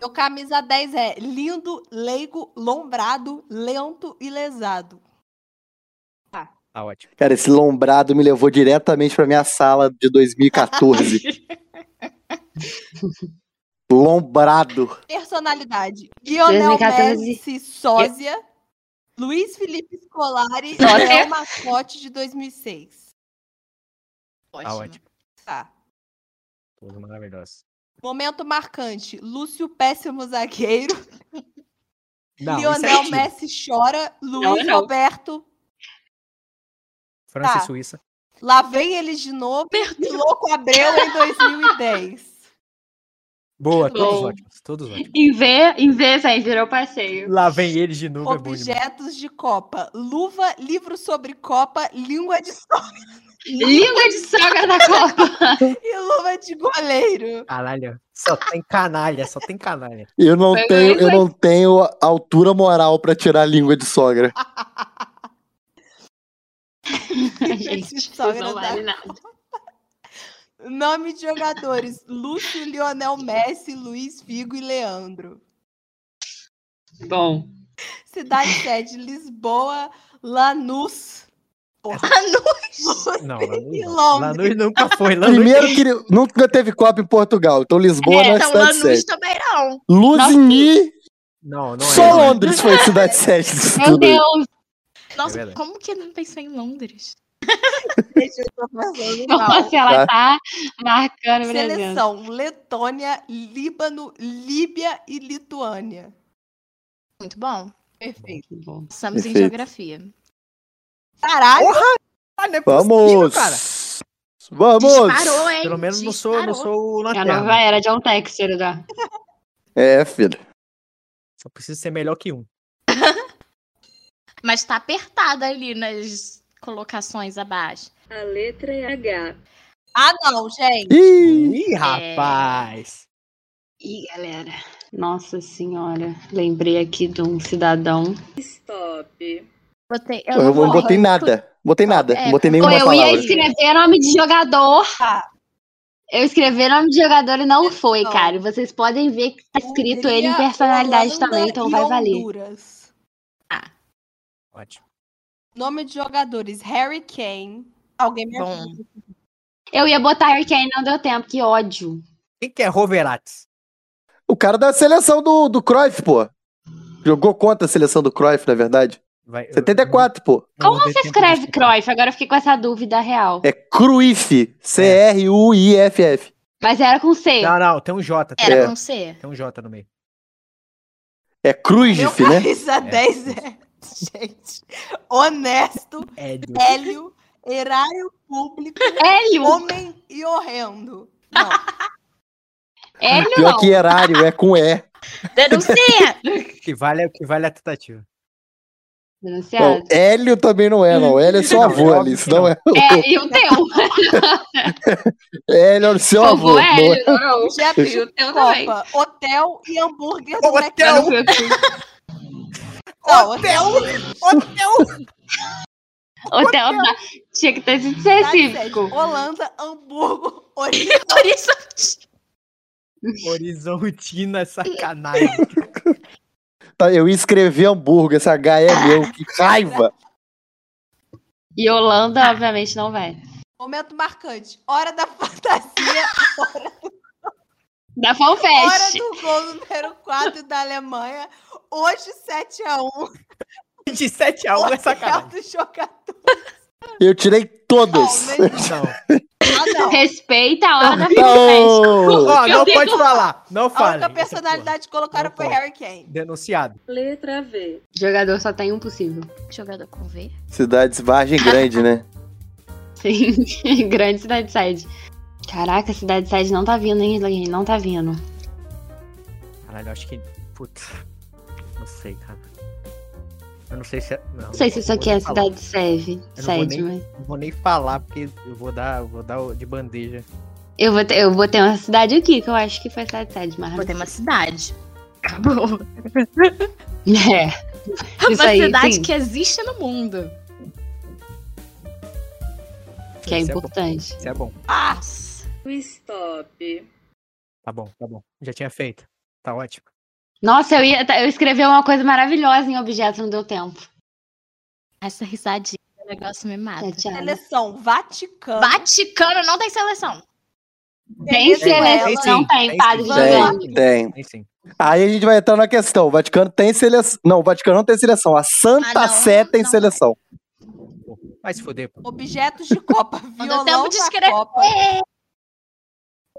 Speaker 3: Meu camisa 10 é lindo, leigo, lombrado, lento e lesado.
Speaker 5: Tá ótimo.
Speaker 7: Cara, esse lombrado me levou diretamente pra minha sala de [laughs] 2014. lombrado.
Speaker 3: Personalidade: Lionel
Speaker 1: 2014.
Speaker 3: Messi, sósia. Luiz Felipe Scolari
Speaker 1: Sósia.
Speaker 3: é o mascote de 2006.
Speaker 5: Tá ótimo.
Speaker 3: Tá.
Speaker 5: Tudo maravilhoso.
Speaker 3: Momento marcante. Lúcio, péssimo zagueiro.
Speaker 5: Não, isso é
Speaker 3: Lionel
Speaker 5: mentira.
Speaker 3: Messi chora. Luiz
Speaker 1: não.
Speaker 3: Roberto.
Speaker 5: França
Speaker 3: Tá.
Speaker 5: e Suíça.
Speaker 3: Lá vem eles de novo. E Louco Abreu em
Speaker 5: [laughs]
Speaker 3: 2010.
Speaker 5: Boa, todos
Speaker 1: Bom.
Speaker 5: ótimos. Todos ótimos.
Speaker 1: Em ver, em ver, velho, virou passeio.
Speaker 5: Lá vem eles de novo, é bom demais.
Speaker 3: Objetos de Copa. Luva, livro sobre Copa, língua de [laughs] sol
Speaker 1: Língua de sogra da
Speaker 3: [laughs]
Speaker 1: Copa.
Speaker 3: e luva de goleiro.
Speaker 5: Caralho, só tem canalha, só tem canalha.
Speaker 7: Eu não
Speaker 1: Foi
Speaker 7: tenho,
Speaker 1: muito
Speaker 7: eu não tenho altura moral pra tirar a língua de sogra.
Speaker 1: Gente,
Speaker 3: Isso
Speaker 1: isso
Speaker 3: não
Speaker 1: não
Speaker 3: vale
Speaker 1: vale nada.
Speaker 3: Nome de jogadores: Lúcio, Lionel Messi, Luiz Figo e Leandro.
Speaker 1: Bom.
Speaker 3: Cidade sede: Lisboa, Lanús.
Speaker 1: [laughs]
Speaker 5: Não, Lanús não.
Speaker 3: Quilombo.
Speaker 5: Lanús nunca foi. é. Lanús
Speaker 7: Primeiro que nunca teve Copa em Portugal, então Lisboa
Speaker 2: É,
Speaker 7: não é
Speaker 2: então
Speaker 7: cidade
Speaker 2: Lanús
Speaker 7: sede.
Speaker 2: também não.
Speaker 7: Luzini,
Speaker 5: Não, não
Speaker 7: só
Speaker 5: é.
Speaker 7: Londres foi cidade sede disso
Speaker 1: Meu
Speaker 7: tudo aí.
Speaker 1: Deus,
Speaker 2: Nossa,
Speaker 5: verdade.
Speaker 2: como que eu não pensei em Londres?
Speaker 1: nossa, é ela tá marcando o Brasil.
Speaker 3: Seleção: Letônia, Líbano, Líbia e Lituânia.
Speaker 2: Muito bom.
Speaker 3: Perfeito.
Speaker 1: Muito bom.
Speaker 2: Passamos em
Speaker 7: Perfeito.
Speaker 2: geografia.
Speaker 3: Caralho!
Speaker 5: Ah, não é possível,
Speaker 7: Vamos!
Speaker 5: cara.
Speaker 2: Disparou,
Speaker 7: Vamos!
Speaker 2: hein?
Speaker 5: Pelo menos não sou, não
Speaker 2: Disparou.
Speaker 5: sou o
Speaker 1: É a nova
Speaker 5: Lanterna.
Speaker 1: era John Texter da.
Speaker 7: É, filho.
Speaker 5: Só preciso ser melhor que um.
Speaker 2: Mas tá apertada ali nas colocações abaixo.
Speaker 6: A letra é H.
Speaker 3: Ah, não, gente.
Speaker 7: Ih,
Speaker 1: É.
Speaker 5: Ih, rapaz!
Speaker 1: Ih, galera. Nossa senhora. Lembrei aqui de um cidadão.
Speaker 6: Stop.
Speaker 2: Botei, eu,
Speaker 7: eu
Speaker 2: não
Speaker 7: não
Speaker 2: vou-
Speaker 7: botei nada. Botei nada.
Speaker 2: É,
Speaker 7: Não botei
Speaker 1: Pô,
Speaker 7: nenhuma
Speaker 1: eu ia
Speaker 7: palavra.
Speaker 1: escrever nome de jogador. Eu escrevi nome de jogador e não foi,
Speaker 3: Tá. Não. um
Speaker 1: cara. Vocês podem ver que tá escrito ele em
Speaker 3: Hungria,
Speaker 1: personalidade
Speaker 3: Holanda
Speaker 1: também, então
Speaker 3: e
Speaker 1: vai valer.
Speaker 3: Honduras.
Speaker 5: Ótimo.
Speaker 3: Nome de jogadores: Harry Kane. Alguém me
Speaker 2: Bom.
Speaker 3: ajuda.
Speaker 1: Eu ia botar Harry Kane, não deu tempo, que ódio.
Speaker 5: Quem que é Roverates?
Speaker 7: O cara da seleção do, do Cruyff, pô. Jogou contra a seleção do Cruyff, na verdade. 74, pô.
Speaker 1: Como você escreve Cruyff? Agora eu fiquei com essa dúvida real.
Speaker 7: É Cruyff. C-R-U-I-F-F.
Speaker 1: Mas era com C.
Speaker 5: Não, não, tem um J. Tem,
Speaker 2: Era
Speaker 7: É.
Speaker 2: com C.
Speaker 5: tem um J no meio.
Speaker 7: É
Speaker 3: Meu
Speaker 7: Cruyff,
Speaker 3: [laughs]
Speaker 7: né?
Speaker 3: camisa 10 é. Gente, honesto,
Speaker 5: É,
Speaker 3: hélio, erário público,
Speaker 1: Hélio!
Speaker 3: homem e horrendo. Não,
Speaker 1: Hélio
Speaker 7: Pior
Speaker 1: não.
Speaker 7: que erário, é com E.
Speaker 2: [laughs] Denuncia!
Speaker 5: que vale, é o que vale a tentativa.
Speaker 1: Denunciado.
Speaker 7: Não, Hélio também não é, não. Hélio é seu
Speaker 5: Não,
Speaker 7: avô
Speaker 5: é
Speaker 7: ali.
Speaker 5: óbvio
Speaker 7: Isso
Speaker 5: que
Speaker 7: não é.
Speaker 1: É, e o teu?
Speaker 7: [laughs] Hélio é o seu
Speaker 1: Não
Speaker 7: avô.
Speaker 1: vou,
Speaker 7: não é.
Speaker 1: Hélio, não.
Speaker 3: Jeff,
Speaker 1: E o teu também.
Speaker 3: Copa, hotel e hambúrguer do
Speaker 5: Hotel!
Speaker 3: McDonald's. Não, hotel, é
Speaker 1: Hotel, não. tinha que ter sido
Speaker 3: tá certo.
Speaker 1: específico.
Speaker 3: Holanda, Hamburgo, [laughs] Oriente.
Speaker 2: Horizonte.
Speaker 5: Horizontina, é
Speaker 1: [laughs]
Speaker 5: sacanagem.
Speaker 7: Tá, eu ia escrever hambúrguer. Essa H é meu. Que raiva.
Speaker 1: E Holanda, obviamente, não vai.
Speaker 3: Momento marcante. Hora da fantasia,
Speaker 1: Da
Speaker 3: hora
Speaker 1: FanFest.
Speaker 3: do gol número 4 da Alemanha. Hoje, 7x1,
Speaker 5: De 7 a 1 é
Speaker 3: hotel
Speaker 5: sacanagem.
Speaker 3: do jogador.
Speaker 7: Eu tirei todas.
Speaker 3: Não,
Speaker 1: [laughs]
Speaker 3: mas-
Speaker 5: Não.
Speaker 3: Ah,
Speaker 1: então.
Speaker 3: não.
Speaker 1: Respeita a hora da [laughs]
Speaker 7: Tá
Speaker 1: FanFest.
Speaker 7: Não!
Speaker 5: Ó, não
Speaker 1: Deus.
Speaker 5: pode falar. Não
Speaker 3: A
Speaker 5: fala.
Speaker 3: única personalidade que colocaram
Speaker 5: Não
Speaker 3: foi
Speaker 5: pode.
Speaker 3: Harry Kane.
Speaker 5: Denunciado.
Speaker 6: Letra V.
Speaker 1: Jogador só tem um possível. [laughs]
Speaker 2: Jogador com V.
Speaker 7: Cidades Vargem
Speaker 2: [laughs]
Speaker 7: Grande, né?
Speaker 1: Sim, grande Cidade Side. Caraca, Cidade Side não tá vindo, hein, Lane? Não tá vindo.
Speaker 5: Caralho, eu acho que. Puta. Não sei, cara. Eu não sei se é. Não,
Speaker 1: Não sei se isso aqui é Cidade Sede,
Speaker 5: Eu não vou
Speaker 1: sede mas...
Speaker 5: Não vou nem falar, porque eu vou dar, eu vou dar o- de bandeja.
Speaker 1: Eu vou, ter, eu vou ter uma cidade aqui, que eu acho que foi Cidade Sede, mas...
Speaker 2: Botei uma cidade. Acabou.
Speaker 1: [laughs] É. Isso
Speaker 2: uma
Speaker 1: aí,
Speaker 2: cidade
Speaker 1: sim,
Speaker 2: que existe no mundo.
Speaker 1: que é
Speaker 5: Isso
Speaker 1: importante.
Speaker 5: bom, Isso é bom.
Speaker 3: Ah,
Speaker 2: Nossa.
Speaker 6: Stop.
Speaker 5: Tá bom, tá bom. Já tinha feito. Tá ótimo.
Speaker 1: Nossa, eu, ia, eu escrevi uma coisa maravilhosa em objeto, não deu tempo.
Speaker 2: Essa risadinha, o negócio me mata.
Speaker 1: Chateada.
Speaker 3: Seleção Vaticano.
Speaker 2: Vaticano não tem seleção.
Speaker 3: é
Speaker 1: Tem
Speaker 3: Venezuela,
Speaker 1: seleção, é não tem,
Speaker 5: sim,
Speaker 1: padre
Speaker 3: tem.
Speaker 1: jogando.
Speaker 7: Tem.
Speaker 5: Tem sim.
Speaker 7: Aí a gente vai entrar na questão. O Vaticano tem seleção. Não, o Vaticano não tem seleção. A Santa
Speaker 2: Ah, não,
Speaker 7: Sé tem
Speaker 2: não.
Speaker 7: seleção.
Speaker 5: Vai se fuder. pô.
Speaker 3: Objetos
Speaker 1: [laughs]
Speaker 3: de Copa.
Speaker 2: deu
Speaker 3: Violão
Speaker 2: tempo de
Speaker 3: da
Speaker 2: escrever.
Speaker 3: Copa.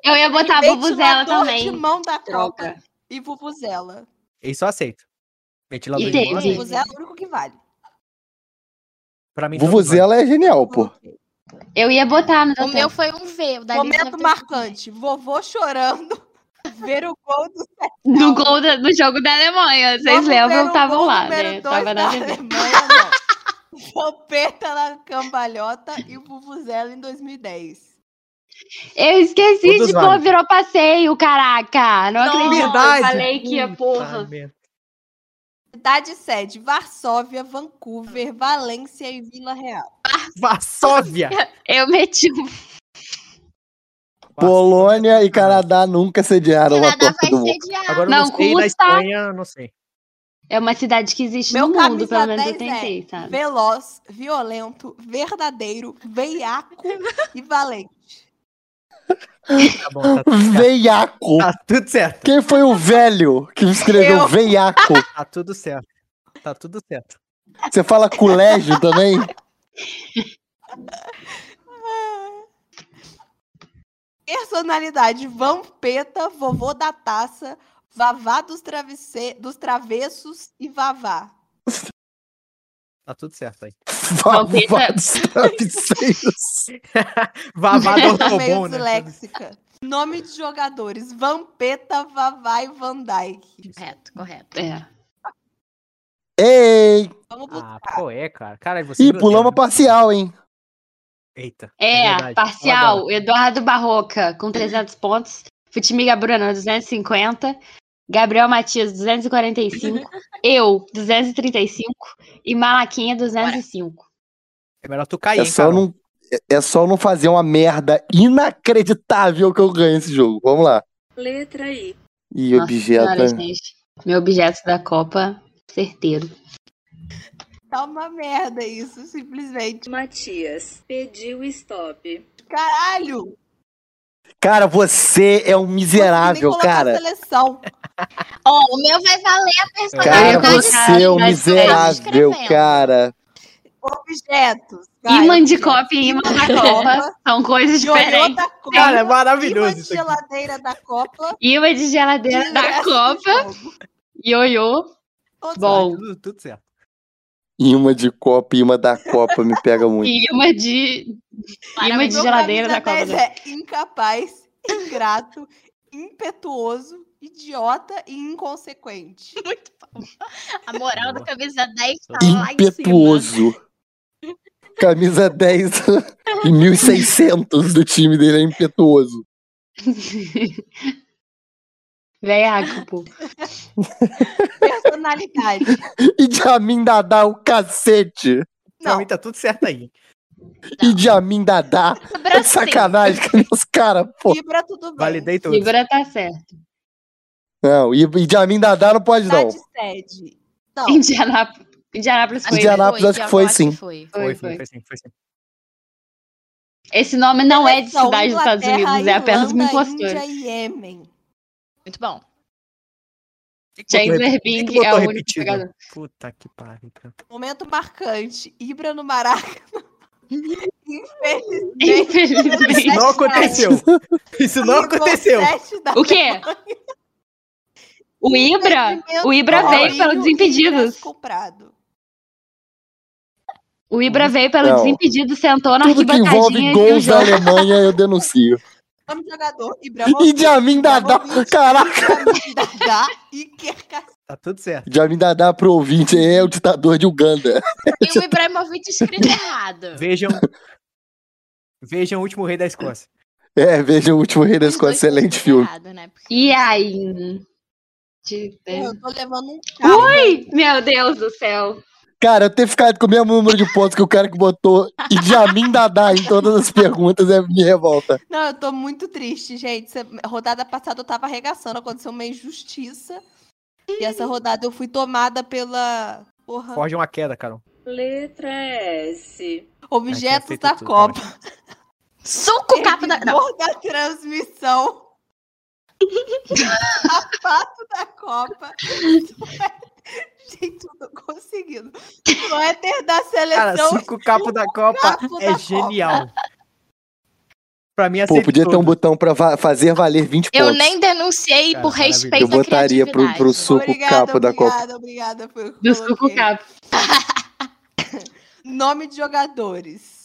Speaker 1: Eu ia botar a Bubuzela
Speaker 3: ventilador
Speaker 1: também.
Speaker 3: de mão da Copa.
Speaker 1: Troca.
Speaker 3: E Vuvuzela.
Speaker 5: Isso eu aceito. Ventilador
Speaker 1: E
Speaker 5: de
Speaker 1: teve.
Speaker 5: mão,
Speaker 1: Sim.
Speaker 3: Vuvuzela é o único que vale.
Speaker 5: pra mim. tá todos valem.
Speaker 7: Vuvuzela é genial, pô.
Speaker 1: Eu ia botar, não
Speaker 7: Tá
Speaker 2: O
Speaker 1: deu tempo.
Speaker 2: meu foi um V. O da Alice
Speaker 3: Momento
Speaker 2: deve ter
Speaker 3: marcante. Vovô chorando.
Speaker 1: [laughs]
Speaker 3: Ver o gol do
Speaker 1: No gol da- do jogo da Alemanha, vocês
Speaker 3: Vamos ver
Speaker 1: lembram?
Speaker 3: o
Speaker 1: Estavam
Speaker 3: gol
Speaker 1: lá,
Speaker 3: número
Speaker 1: né?
Speaker 3: dois
Speaker 1: Tava
Speaker 3: da
Speaker 1: na TV.
Speaker 3: Alemanha, não. [laughs] Pompeta na cambalhota e Vuvuzela em 2010.
Speaker 1: Eu esqueci
Speaker 5: Todos
Speaker 1: de
Speaker 5: valem.
Speaker 1: como virou passeio, caraca. Não
Speaker 2: Nossa,
Speaker 1: acredito.
Speaker 5: verdade.
Speaker 1: Eu falei que ia,
Speaker 5: Tá,
Speaker 1: porra.
Speaker 5: merda.
Speaker 3: Cidade sede: Varsóvia, Vancouver, Valência e Vila Real.
Speaker 1: [laughs]
Speaker 5: Varsóvia!
Speaker 1: Eu meti um.
Speaker 7: Polônia e Canadá nunca sediaram
Speaker 2: sido.
Speaker 7: a
Speaker 2: Canadá
Speaker 7: Copa
Speaker 2: vai
Speaker 7: do Mundo.
Speaker 2: sediar.
Speaker 5: Agora eu
Speaker 1: Não,
Speaker 5: não sei, na
Speaker 1: custa.
Speaker 5: Espanha, eu não sei.
Speaker 1: É uma cidade que existe
Speaker 3: Meu
Speaker 1: no
Speaker 3: camisa
Speaker 1: mundo, pelo menos eu
Speaker 3: 10 é
Speaker 1: tentei, sabe?
Speaker 3: Veloz, violento, verdadeiro,
Speaker 1: [laughs]
Speaker 3: veiaco e valente.
Speaker 5: Tá bom, tá tudo certo.
Speaker 7: Veiaco.
Speaker 5: Tá tudo certo.
Speaker 7: Quem foi o velho que escreveu
Speaker 3: Eu.
Speaker 7: veiaco?
Speaker 5: Tá tudo certo. Tá tudo certo.
Speaker 7: Você fala colégio
Speaker 2: [laughs]
Speaker 7: também?
Speaker 3: Personalidade vampeta, vovô da taça, vavá dos, travesse- dos travessos e vavá.
Speaker 5: Tá tudo certo aí.
Speaker 1: Palpita.
Speaker 7: Vavados
Speaker 2: [laughs]
Speaker 7: travesseiros.
Speaker 5: Vavá
Speaker 1: [laughs]
Speaker 5: do
Speaker 3: Tá meio
Speaker 5: Ortobon, né?
Speaker 3: disléxica. Nome de jogadores: Vampeta, Vavá e Van Dyke.
Speaker 2: Correto, correto.
Speaker 1: É.
Speaker 7: Ei!
Speaker 3: Vamos buscar.
Speaker 5: Ah, qual é, cara? Cara, você.
Speaker 7: Ih,
Speaker 5: me
Speaker 7: pulou
Speaker 5: odeia,
Speaker 7: uma
Speaker 5: né?
Speaker 7: parcial, hein?
Speaker 5: Eita.
Speaker 1: É,
Speaker 5: verdade.
Speaker 1: parcial,
Speaker 5: Fala agora.
Speaker 1: Eduardo Barroca com 300 pontos, Futimiga Bruna 250, Gabriel Matias [laughs] 245, eu 235 e Malaquinha 205.
Speaker 5: É melhor tu cair,
Speaker 7: É
Speaker 5: hein,
Speaker 7: só,
Speaker 5: Carol?
Speaker 7: não, é- é só não fazer uma merda inacreditável que eu ganho esse jogo. Vamos lá.
Speaker 6: Letra I.
Speaker 7: E
Speaker 1: Nossa
Speaker 7: objeto.
Speaker 1: Senhora, gente, meu objeto da Copa, certeiro.
Speaker 3: Tá uma merda isso, simplesmente.
Speaker 6: Matias. Pediu stop.
Speaker 3: Caralho!
Speaker 7: Cara, você é um miserável,
Speaker 3: consegui nem colocar
Speaker 7: cara.
Speaker 3: a seleção.
Speaker 2: Ó, o meu vai valer a personalidade. né?
Speaker 7: Cara, você é um
Speaker 1: Mas-
Speaker 7: miserável,
Speaker 2: escrevendo.
Speaker 7: cara.
Speaker 3: Objetos. cara,
Speaker 1: Imã de
Speaker 3: objetos.
Speaker 1: Copa e imã da [laughs] Copa são coisas
Speaker 3: Joiô
Speaker 1: diferentes.
Speaker 3: da Copa.
Speaker 5: Cara, é
Speaker 3: imã
Speaker 5: maravilhoso
Speaker 3: de
Speaker 5: isso aqui.
Speaker 3: geladeira da Copa.
Speaker 1: Imã de geladeira É, da
Speaker 3: ingresso do
Speaker 1: Copa,
Speaker 3: jogo.
Speaker 1: ioiô.
Speaker 3: Todos
Speaker 1: Bom.
Speaker 5: Tudo, tudo certo.
Speaker 7: Imã de Copa e imã da Copa me
Speaker 1: [laughs]
Speaker 7: pega muito.
Speaker 1: e imã de, imã de
Speaker 3: Meu
Speaker 1: geladeira da
Speaker 3: camisa
Speaker 1: Copa.
Speaker 3: 10 É incapaz, ingrato, impetuoso, idiota e inconsequente.
Speaker 2: Muito bom. A moral do
Speaker 5: Boa.
Speaker 2: camisa 10 tá lá em cima.
Speaker 7: Impetuoso. Camisa 10 [laughs] e 1600 do time dele é impetuoso.
Speaker 1: Veiaco, pô.
Speaker 5: [laughs]
Speaker 3: Personalidade.
Speaker 7: E de Amin Dadá, o cacete.
Speaker 5: Pra
Speaker 3: Não,
Speaker 5: mim tá tudo certo aí.
Speaker 7: E de Amin Dadá.
Speaker 2: Brasil.
Speaker 7: É Sacanagem com os caras, pô.
Speaker 3: Fibra tudo bem.
Speaker 5: Validei tudo.
Speaker 1: Libra tá certo.
Speaker 7: Não, e e de Amin Dadá não pode,
Speaker 3: Tá
Speaker 7: não.
Speaker 3: de
Speaker 1: [laughs]
Speaker 3: sede. Não,
Speaker 1: Indianap- Indianápolis foi. né?
Speaker 7: Indiana- Indianápolis, acho que foi, sim.
Speaker 2: Foi.
Speaker 5: Foi,
Speaker 1: Foi,
Speaker 5: foi,
Speaker 1: foi.
Speaker 5: foi sim, foi sim.
Speaker 1: Esse nome não é de
Speaker 3: São
Speaker 1: cidade dos Estados
Speaker 3: Inglaterra,
Speaker 1: Unidos, é apenas uma
Speaker 3: Irlanda,
Speaker 1: impostora.
Speaker 3: Índia e Iêmen.
Speaker 2: Muito
Speaker 7: [laughs]
Speaker 2: bom.
Speaker 1: James
Speaker 5: Botou-
Speaker 1: Irving
Speaker 5: Por que que
Speaker 1: é o
Speaker 5: botou
Speaker 1: único
Speaker 5: repetido?
Speaker 1: jogador.
Speaker 5: Puta que pariu. cara.
Speaker 3: Momento marcante. Ibra no Maraca. Infelizmente.
Speaker 1: Infelizmente.
Speaker 5: Isso não
Speaker 3: Sete
Speaker 1: [laughs]
Speaker 5: aconteceu. Isso não
Speaker 3: ligou
Speaker 5: aconteceu.
Speaker 1: é.
Speaker 3: sete da
Speaker 1: O quê? O Ibra?
Speaker 3: Impedimento
Speaker 1: O Ibra
Speaker 3: ao
Speaker 1: veio pelo
Speaker 3: Rio e ingresso
Speaker 1: Desimpedidos.
Speaker 3: Comprado.
Speaker 1: O Ibra veio pelo
Speaker 7: Não.
Speaker 1: Desimpedidos, sentou na
Speaker 7: Tudo que
Speaker 1: arquibancadinha
Speaker 7: envolve
Speaker 1: e viu o
Speaker 7: gols da
Speaker 1: jogo.
Speaker 7: Alemanha, eu denuncio.
Speaker 3: Nome do jogador. Ibra
Speaker 7: E de Amin Dadá. Caraca.
Speaker 3: Dadá e Kerkassi.
Speaker 5: Tá tudo certo.
Speaker 7: De Amin Dadá pro ouvinte, é o ditador de Uganda.
Speaker 2: E o Ibrahimovic
Speaker 7: [laughs]
Speaker 2: escrito errado.
Speaker 5: Vejam. Vejam o último rei da Escócia.
Speaker 7: É, veja o último rei da
Speaker 2: Os
Speaker 7: Escócia,
Speaker 2: dois
Speaker 7: excelente
Speaker 2: escrito
Speaker 7: filme.
Speaker 2: errado, né? Porque-
Speaker 1: E aí? De-
Speaker 3: Eu tô levando um carro.
Speaker 1: Ui, meu Deus do céu.
Speaker 7: Cara, eu ter ficado com o mesmo número de pontos que o cara que botou e de Amin Dadá em todas as perguntas é, me revolta.
Speaker 3: Não, eu tô muito triste, gente. Cê- Rodada passada eu tava arregaçando, aconteceu uma injustiça. E essa rodada eu fui tomada pela.
Speaker 1: Ah.
Speaker 3: Porra.
Speaker 5: Forja uma queda, Carol.
Speaker 6: Letra S.
Speaker 3: Objetos
Speaker 5: feito
Speaker 3: da
Speaker 5: tudo,
Speaker 3: Copa.
Speaker 2: Suco o
Speaker 3: [laughs]
Speaker 2: capa da. Não.
Speaker 3: Cor da transmissão. Sapato da Copa. [laughs] Gente, eu tô conseguindo. Suéter da
Speaker 5: Cara,
Speaker 3: seleção.
Speaker 5: cinco capos da Copa
Speaker 3: capo da
Speaker 5: é
Speaker 3: Copa.
Speaker 5: genial. Pra mim,
Speaker 7: Pô,
Speaker 5: acertou. né?
Speaker 7: podia ter um botão pra va- fazer valer 20 pontos.
Speaker 2: Eu nem denunciei
Speaker 5: Cara,
Speaker 2: por
Speaker 5: maravilhoso.
Speaker 2: respeito
Speaker 7: Eu botaria
Speaker 2: à
Speaker 7: pro, pro
Speaker 2: criatividade.
Speaker 7: suco capa da Copa.
Speaker 3: obrigada, obrigada. Foi o que
Speaker 1: Do
Speaker 3: eu
Speaker 1: suco
Speaker 3: coloquei.
Speaker 1: capo.
Speaker 3: Nome de jogadores.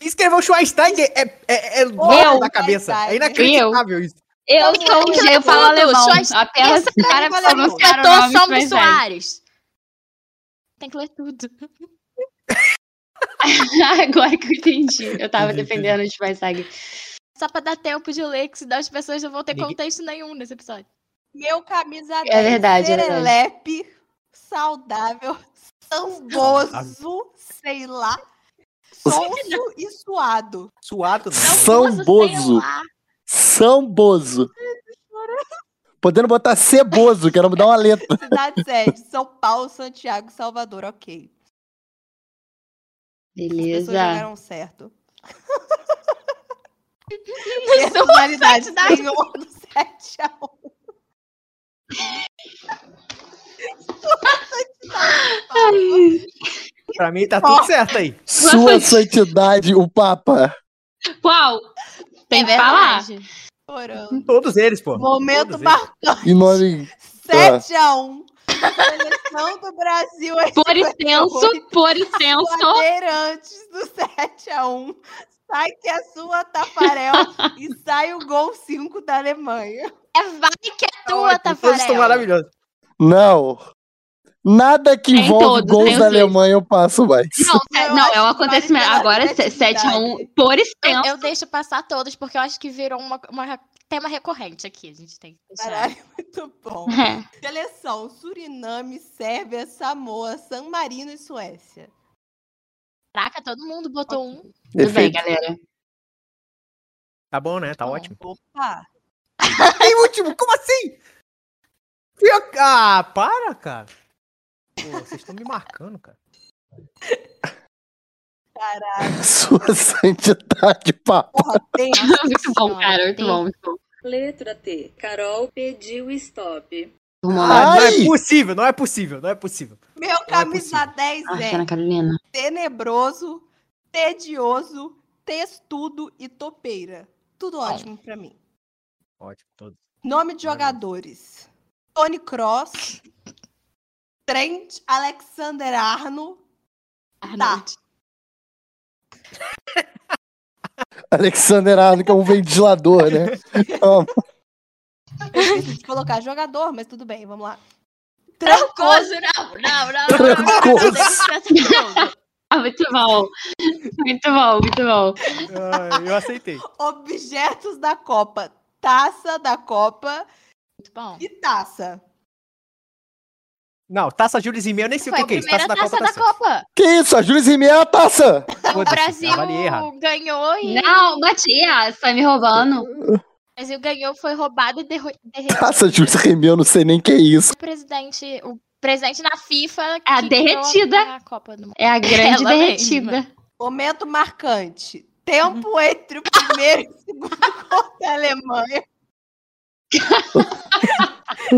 Speaker 5: Escreveu Schweinsteiger é, é, é
Speaker 1: Eu.
Speaker 5: louco da cabeça. É inacreditável isso.
Speaker 1: Eu
Speaker 3: Vamos
Speaker 1: sou
Speaker 3: lá,
Speaker 1: um
Speaker 3: então,
Speaker 1: eu falo
Speaker 2: Dudu,
Speaker 1: alemão.
Speaker 2: Schweinsteiger,
Speaker 1: Apenas o cara
Speaker 3: sabe alemão.
Speaker 1: pronunciar o
Speaker 2: Cantor
Speaker 1: nome
Speaker 2: Sombra
Speaker 1: mais velho.
Speaker 2: Soares. Tem que ler tudo.
Speaker 1: [laughs] Agora que eu entendi. Eu tava
Speaker 5: Entendi, entendi.
Speaker 1: defendendo o Schweinsteiger.
Speaker 2: Só pra dar tempo de ler, que senão as pessoas não vão ter
Speaker 5: Ninguém-
Speaker 2: contexto nenhum nesse episódio.
Speaker 3: Meu camisa 10.
Speaker 1: verdade, é verdade.
Speaker 3: Serelepe, saudável, samboso, sei lá. Sonso e suado.
Speaker 5: Suado, né?
Speaker 7: Samboso.
Speaker 2: sei lá.
Speaker 7: Samboso. Podendo botar Ceboso, que era dar
Speaker 1: [laughs]
Speaker 7: uma letra.
Speaker 3: Cidade sede, São Paulo, Santiago, Salvador, ok. As pessoas
Speaker 1: Beleza. [laughs]
Speaker 3: jogaram certo.
Speaker 2: Isso,
Speaker 3: Personalidade
Speaker 2: da-
Speaker 3: senhor do 7 a 1.
Speaker 5: Pra mim tá tudo certo aí.
Speaker 7: Sua santidade, o Papa.
Speaker 1: Qual?
Speaker 2: É
Speaker 1: Tem que falar.
Speaker 3: Orando.
Speaker 5: Todos eles, pô.
Speaker 3: Momento
Speaker 5: Todos eles.
Speaker 3: marcante.
Speaker 7: Em nome.
Speaker 3: 7 a 1. Seleção do Brasil é
Speaker 1: Por extenso, por extenso.
Speaker 3: Bandeirantes do 7 a 1. Sai que é sua, Tafarel. e sai o gol 5 da Alemanha.
Speaker 2: É vai que é tua,
Speaker 5: Ótimo, Todos estão
Speaker 2: Tafarel.
Speaker 5: maravilhosos.
Speaker 7: Não. Nada que
Speaker 1: Tem
Speaker 7: envolve
Speaker 1: todos, tem
Speaker 7: gols
Speaker 1: os
Speaker 7: da
Speaker 1: dois.
Speaker 7: Alemanha eu passo mais.
Speaker 1: Não, é-
Speaker 3: Eu
Speaker 1: não,
Speaker 3: acho
Speaker 1: é um
Speaker 3: que
Speaker 1: acontecimento.
Speaker 3: vale pela
Speaker 1: Agora, 7x1,
Speaker 3: criatividade.
Speaker 1: por
Speaker 2: Eu,
Speaker 1: extenso.
Speaker 2: eu deixo passar todos, porque eu acho que virou uma, uma- tema recorrente aqui. A gente tem que deixar.
Speaker 3: Caralho, muito bom.
Speaker 1: É.
Speaker 3: Seleção: Suriname, Sérvia, Samoa, San Marino e Suécia.
Speaker 2: Caraca, todo mundo botou um.
Speaker 1: Tudo bem,
Speaker 7: Perfeito.
Speaker 1: galera. [laughs]
Speaker 5: Tá bom, né? Tá ótimo.
Speaker 3: Opa!
Speaker 5: Tem último? Como assim? Fio- Ah, para, cara. Pô, vocês estão me marcando, cara.
Speaker 7: Sua [laughs] santidade, Papa.
Speaker 3: Porra, tem.
Speaker 1: Muito bom,
Speaker 2: Senhora,
Speaker 1: cara. Muito
Speaker 2: tem-
Speaker 1: bom, muito bom.
Speaker 6: Letra T. Carol pediu stop.
Speaker 1: Vamos lá.
Speaker 5: Ah, não
Speaker 7: Ai!
Speaker 5: é possível, não é possível, não é possível.
Speaker 3: Meu camisa 10
Speaker 1: Ah, Ana
Speaker 3: é
Speaker 1: Carolina.
Speaker 3: tenebroso, tedioso, testudo e topeira. Tudo ótimo pra mim.
Speaker 5: Ótimo, todos.
Speaker 3: Nome de
Speaker 5: Maravilha.
Speaker 3: jogadores: Tony Cross, Trent Alexander Arno. Tá.
Speaker 7: Alexander Arnold, que é um ventilador, né? Ó,
Speaker 3: Eu esqueci de colocar jogador, mas tudo bem, vamos lá.
Speaker 2: Trancoso, não, não, não, não, não, não, não, não, não, não.
Speaker 1: Ah, muito bom. Muito bom, muito bom.
Speaker 5: Ah, eu aceitei.
Speaker 3: Objetos da Copa: taça da Copa
Speaker 2: Muito bom.
Speaker 3: e taça.
Speaker 5: Não, taça Júlio Zimé, eu nem sei o
Speaker 2: Foi
Speaker 5: que,
Speaker 2: a
Speaker 5: que é isso.
Speaker 2: primeira
Speaker 5: Taça da Copa, tá certo.
Speaker 2: Copa.
Speaker 7: Que isso, a Júlia Zimé é a taça!
Speaker 2: O
Speaker 5: Foda-se,
Speaker 2: Brasil
Speaker 5: avaliei errado.
Speaker 2: ganhou e
Speaker 1: Não, Matias, tá me roubando.
Speaker 2: o Brasil ganhou, foi roubado e derru- derretido.
Speaker 7: Taça Júlia Zimé, eu não sei nem que é isso.
Speaker 2: O presidente, o presidente na FIFA
Speaker 1: A
Speaker 2: que criou
Speaker 1: derretida.
Speaker 2: A Copa do Mundo.
Speaker 1: É a grande
Speaker 2: Ela
Speaker 1: derretida.
Speaker 3: Momento marcante:
Speaker 5: Uhum.
Speaker 3: tempo entre o primeiro e o segundo gol da
Speaker 5: [laughs]
Speaker 3: Alemanha.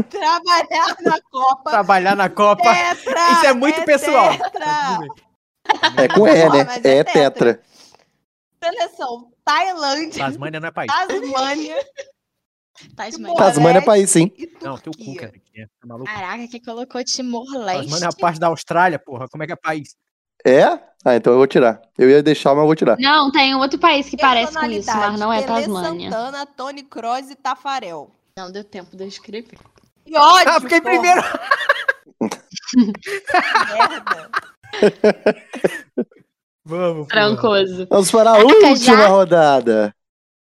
Speaker 3: Trabalhar na Copa.
Speaker 5: Trabalhar na Copa.
Speaker 3: Tetra,
Speaker 5: Isso é muito pessoal.
Speaker 3: tetra.
Speaker 7: É com E,
Speaker 3: Ah,
Speaker 7: né?
Speaker 3: mas é
Speaker 7: É tetra.
Speaker 3: Seleção Tailândia,
Speaker 5: Tasmânia não é país.
Speaker 3: Tá Tasmânia
Speaker 2: Tasmania.
Speaker 3: Porra,
Speaker 7: Tasmânia é
Speaker 3: né?
Speaker 7: país, sim.
Speaker 3: e
Speaker 5: Não, teu cu,
Speaker 3: Turquia.
Speaker 5: cara. É, Tá maluco?
Speaker 2: Caraca, que colocou
Speaker 5: Tasmânia é a
Speaker 2: Timor-Leste.
Speaker 5: parte da Austrália, porra. Como é que é país?
Speaker 7: É? Ah, então eu vou tirar. Eu ia deixar, mas eu vou tirar.
Speaker 1: Não, tem um outro país que parece com isso, mas não é
Speaker 3: Pelé
Speaker 1: Tasmânia.
Speaker 3: Santana, Tony Kroos e Tafarel.
Speaker 2: Não deu tempo de eu escrever.
Speaker 3: Que ódio,
Speaker 5: Ah, fiquei
Speaker 3: porra,
Speaker 5: primeiro.
Speaker 3: que merda.
Speaker 5: Vamos. porra.
Speaker 1: Trancoso.
Speaker 7: Vamos para a
Speaker 1: Caraca,
Speaker 7: última
Speaker 1: já?
Speaker 7: rodada.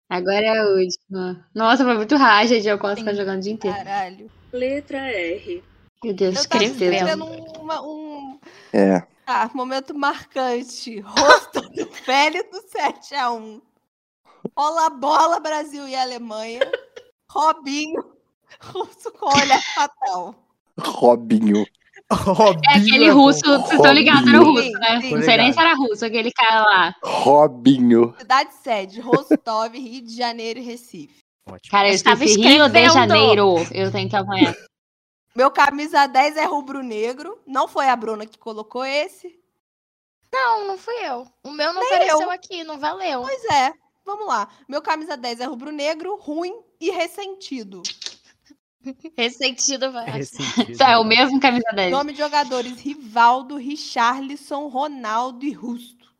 Speaker 1: Agora é a última. Nossa, foi muito rápido, gente. Eu posso ficar jogando o dia inteiro.
Speaker 3: Caralho.
Speaker 6: Letra R.
Speaker 1: Meu Deus,
Speaker 3: Ah, Eu tava
Speaker 1: escreveu.
Speaker 3: escrevendo uma- um...
Speaker 7: É.
Speaker 3: Tá, momento marcante. Rosto do velho do 7x1. Olá, bola, Brasil e Alemanha. Robinho, russo com olhar fatal.
Speaker 7: Robinho.
Speaker 5: Robinho
Speaker 1: É aquele
Speaker 5: bom.
Speaker 1: russo, vocês estão ligados, era o russo, né?
Speaker 3: Sim,
Speaker 5: sim.
Speaker 1: Não sei nem se era russo, aquele cara lá.
Speaker 7: Robinho.
Speaker 3: Cidade sede, Rostov, Rio de Janeiro e Recife.
Speaker 5: Ótimo.
Speaker 1: Cara, eu
Speaker 2: Eu tava
Speaker 1: esqueci Rio de
Speaker 2: escrevendo.
Speaker 1: Janeiro. Eu tenho que apanhar.
Speaker 2: [laughs]
Speaker 3: Meu camisa 10 é rubro-negro. Não foi a Bruna que colocou esse.
Speaker 2: Não, não fui eu. O meu não
Speaker 3: Nem
Speaker 2: apareceu
Speaker 3: eu.
Speaker 2: aqui, não valeu.
Speaker 3: Pois é, vamos lá. Meu camisa 10 é rubro-negro, ruim e ressentido.
Speaker 2: Ressentido vai.
Speaker 5: É ressentido,
Speaker 1: Isso é o
Speaker 5: né?
Speaker 1: mesmo camisa 10.
Speaker 3: Nome de jogadores: Rivaldo, Richarlison, Ronaldo e Rusto.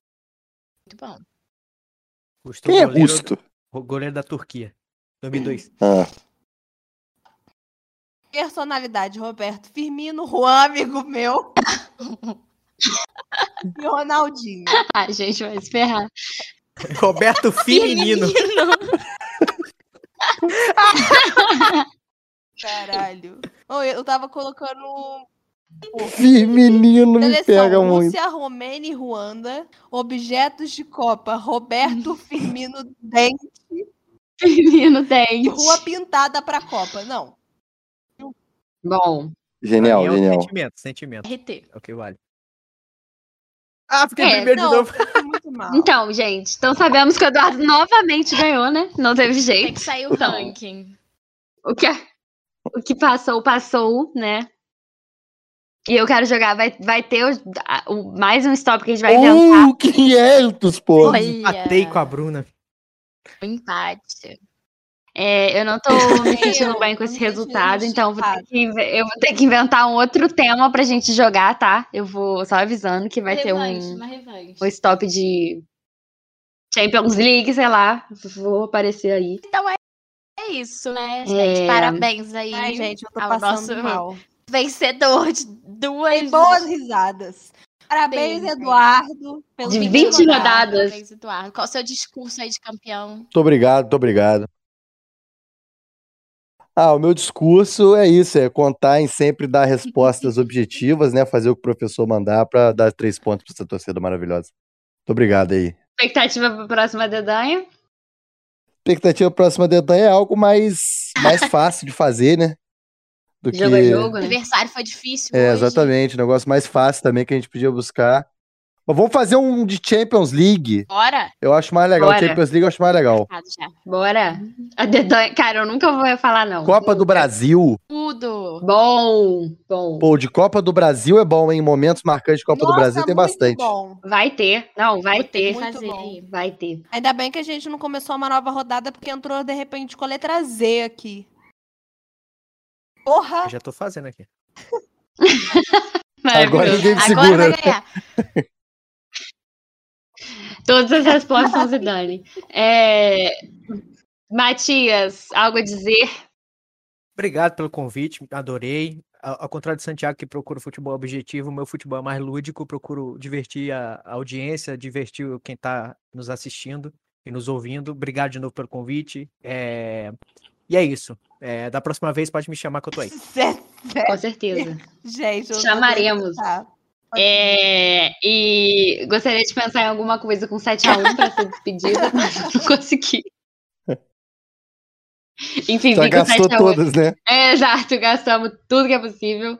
Speaker 2: Muito bom.
Speaker 5: Custou
Speaker 7: Quem é
Speaker 5: goleiro-
Speaker 7: Busto?
Speaker 5: O goleiro da Turquia. 2002.
Speaker 7: Ah.
Speaker 3: Personalidade: Roberto Firmino, Juan, amigo
Speaker 7: [laughs]
Speaker 3: meu. e Ronaldinho.
Speaker 1: Ah, gente, vai se ferrar.
Speaker 5: [laughs]
Speaker 1: [laughs]
Speaker 5: [laughs] Roberto Firmino.
Speaker 2: [laughs]
Speaker 3: Caralho. Ô, Eu tava colocando
Speaker 7: Firminino me
Speaker 3: Seleção,
Speaker 7: pega muito.
Speaker 3: Rússia, Romênia e Ruanda. Objetos de Copa, Roberto Firmino Dente.
Speaker 1: Menino tem.
Speaker 3: Rua pintada pra Copa, não.
Speaker 1: Bom.
Speaker 5: Pra
Speaker 7: Genial,
Speaker 5: mim é o
Speaker 7: genial.
Speaker 5: sentimento, sentimento.
Speaker 2: RT.
Speaker 5: É o que vale. Ah, fiquei
Speaker 1: É,
Speaker 5: primeiro de
Speaker 3: Não,
Speaker 5: novo.
Speaker 3: ficou muito mal.
Speaker 1: Então, gente, então sabemos que o Eduardo novamente ganhou, né? Não teve
Speaker 2: Tem
Speaker 1: jeito.
Speaker 2: que sair o ranking.
Speaker 1: O que, o que passou, passou, né? E eu quero jogar, vai, vai ter o- a- o- mais um stop que a gente vai inventar.
Speaker 7: Uh, 500, pô.
Speaker 5: Batei com a Bruna.
Speaker 2: O Um empate.
Speaker 1: É, eu não [laughs] tô me sentindo bem com
Speaker 3: eu
Speaker 1: esse
Speaker 3: não tô
Speaker 1: resultado,
Speaker 3: sentindo
Speaker 1: então eu vou, ter
Speaker 3: resultado.
Speaker 1: que, inve- eu vou ter que inventar um outro tema pra gente jogar, tá? Eu vou só avisando que vai ter um,
Speaker 2: Uma revanche.
Speaker 1: um stop de Champions League, sei lá. Vou aparecer aí.
Speaker 2: Então é, é isso, né,
Speaker 1: É.
Speaker 2: gente? Parabéns aí.
Speaker 3: Ai, gente, eu tô
Speaker 7: ah,
Speaker 2: ao nosso
Speaker 3: passando mal.
Speaker 2: Vencedor de duas.
Speaker 3: Tem boas risadas. Parabéns,
Speaker 2: Tem, tem.
Speaker 3: Eduardo. Pelo
Speaker 1: De
Speaker 3: fim
Speaker 1: 20
Speaker 3: rodada.
Speaker 1: rodadas.
Speaker 2: Parabéns, Eduardo. Qual o seu discurso aí de campeão?
Speaker 7: Muito obrigado, muito obrigado. Ah, o meu discurso é isso, é contar em sempre
Speaker 1: [laughs]
Speaker 7: dar respostas objetivas, né? Fazer o que o professor mandar pra dar três pontos pra essa torcida maravilhosa. Muito obrigado aí.
Speaker 1: Expectativa pra próxima dedanha?
Speaker 7: Expectativa próxima dedanha é algo mais, mais
Speaker 1: [laughs]
Speaker 7: fácil de fazer, né? Do
Speaker 1: Jogo a
Speaker 7: que...
Speaker 1: jogo,
Speaker 2: O
Speaker 1: né?
Speaker 2: adversário foi difícil.
Speaker 7: É,
Speaker 2: hoje.
Speaker 7: exatamente. Um negócio mais fácil também que a gente podia buscar. Mas vamos fazer um de Champions League.
Speaker 2: Bora.
Speaker 7: Eu acho mais legal.
Speaker 1: Bora.
Speaker 7: Champions League eu acho mais legal.
Speaker 2: Fado já.
Speaker 1: Bora. A dedanha. Cara, eu nunca vou falar, não.
Speaker 7: Copa do Brasil.
Speaker 2: Tudo.
Speaker 1: Bom, bom.
Speaker 7: Pô, de Copa do Brasil é bom, hein? Momentos marcantes de Copa do
Speaker 3: Nossa,
Speaker 7: Brasil tem
Speaker 3: muito
Speaker 7: bastante.
Speaker 3: bom.
Speaker 1: Vai ter. Não, vai
Speaker 2: Vou
Speaker 1: ter.
Speaker 2: que
Speaker 3: Muito
Speaker 2: fazer
Speaker 3: bom.
Speaker 2: aí.
Speaker 1: Vai ter.
Speaker 3: Ainda bem que a gente não começou uma nova rodada, porque entrou de repente com a letra Z aqui. Porra! [laughs]
Speaker 5: Eu já tô fazendo aqui.
Speaker 7: Agora
Speaker 1: Maravilhoso.
Speaker 7: ninguém me
Speaker 2: Agora
Speaker 7: segura.
Speaker 2: vai
Speaker 7: né?
Speaker 2: ganhar.
Speaker 1: Todas as respostas são Zidane. É... Matias, algo a dizer?
Speaker 5: Obrigado pelo convite, adorei. A- Ao contrário de Santiago, que procura futebol objetivo, o meu futebol é mais lúdico, procuro divertir a a audiência, divertir o- quem está nos assistindo e nos ouvindo. Obrigado de novo pelo convite. É, E é isso. É, Da próxima vez pode me chamar que eu tô aí.
Speaker 1: Com certeza.
Speaker 3: Gente, eu não Tá.
Speaker 1: Chamaremos.
Speaker 3: vou acreditar.
Speaker 1: É, E gostaria de pensar em alguma coisa com 7x1 para ser despedida, [laughs] mas eu não consegui. Enfim,
Speaker 7: Já
Speaker 1: fica o 7
Speaker 7: gastou
Speaker 1: a 1.
Speaker 7: todas, né?
Speaker 1: É, exato, gastamos tudo que é possível.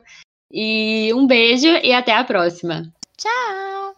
Speaker 1: E um beijo e até a próxima.
Speaker 2: Tchau.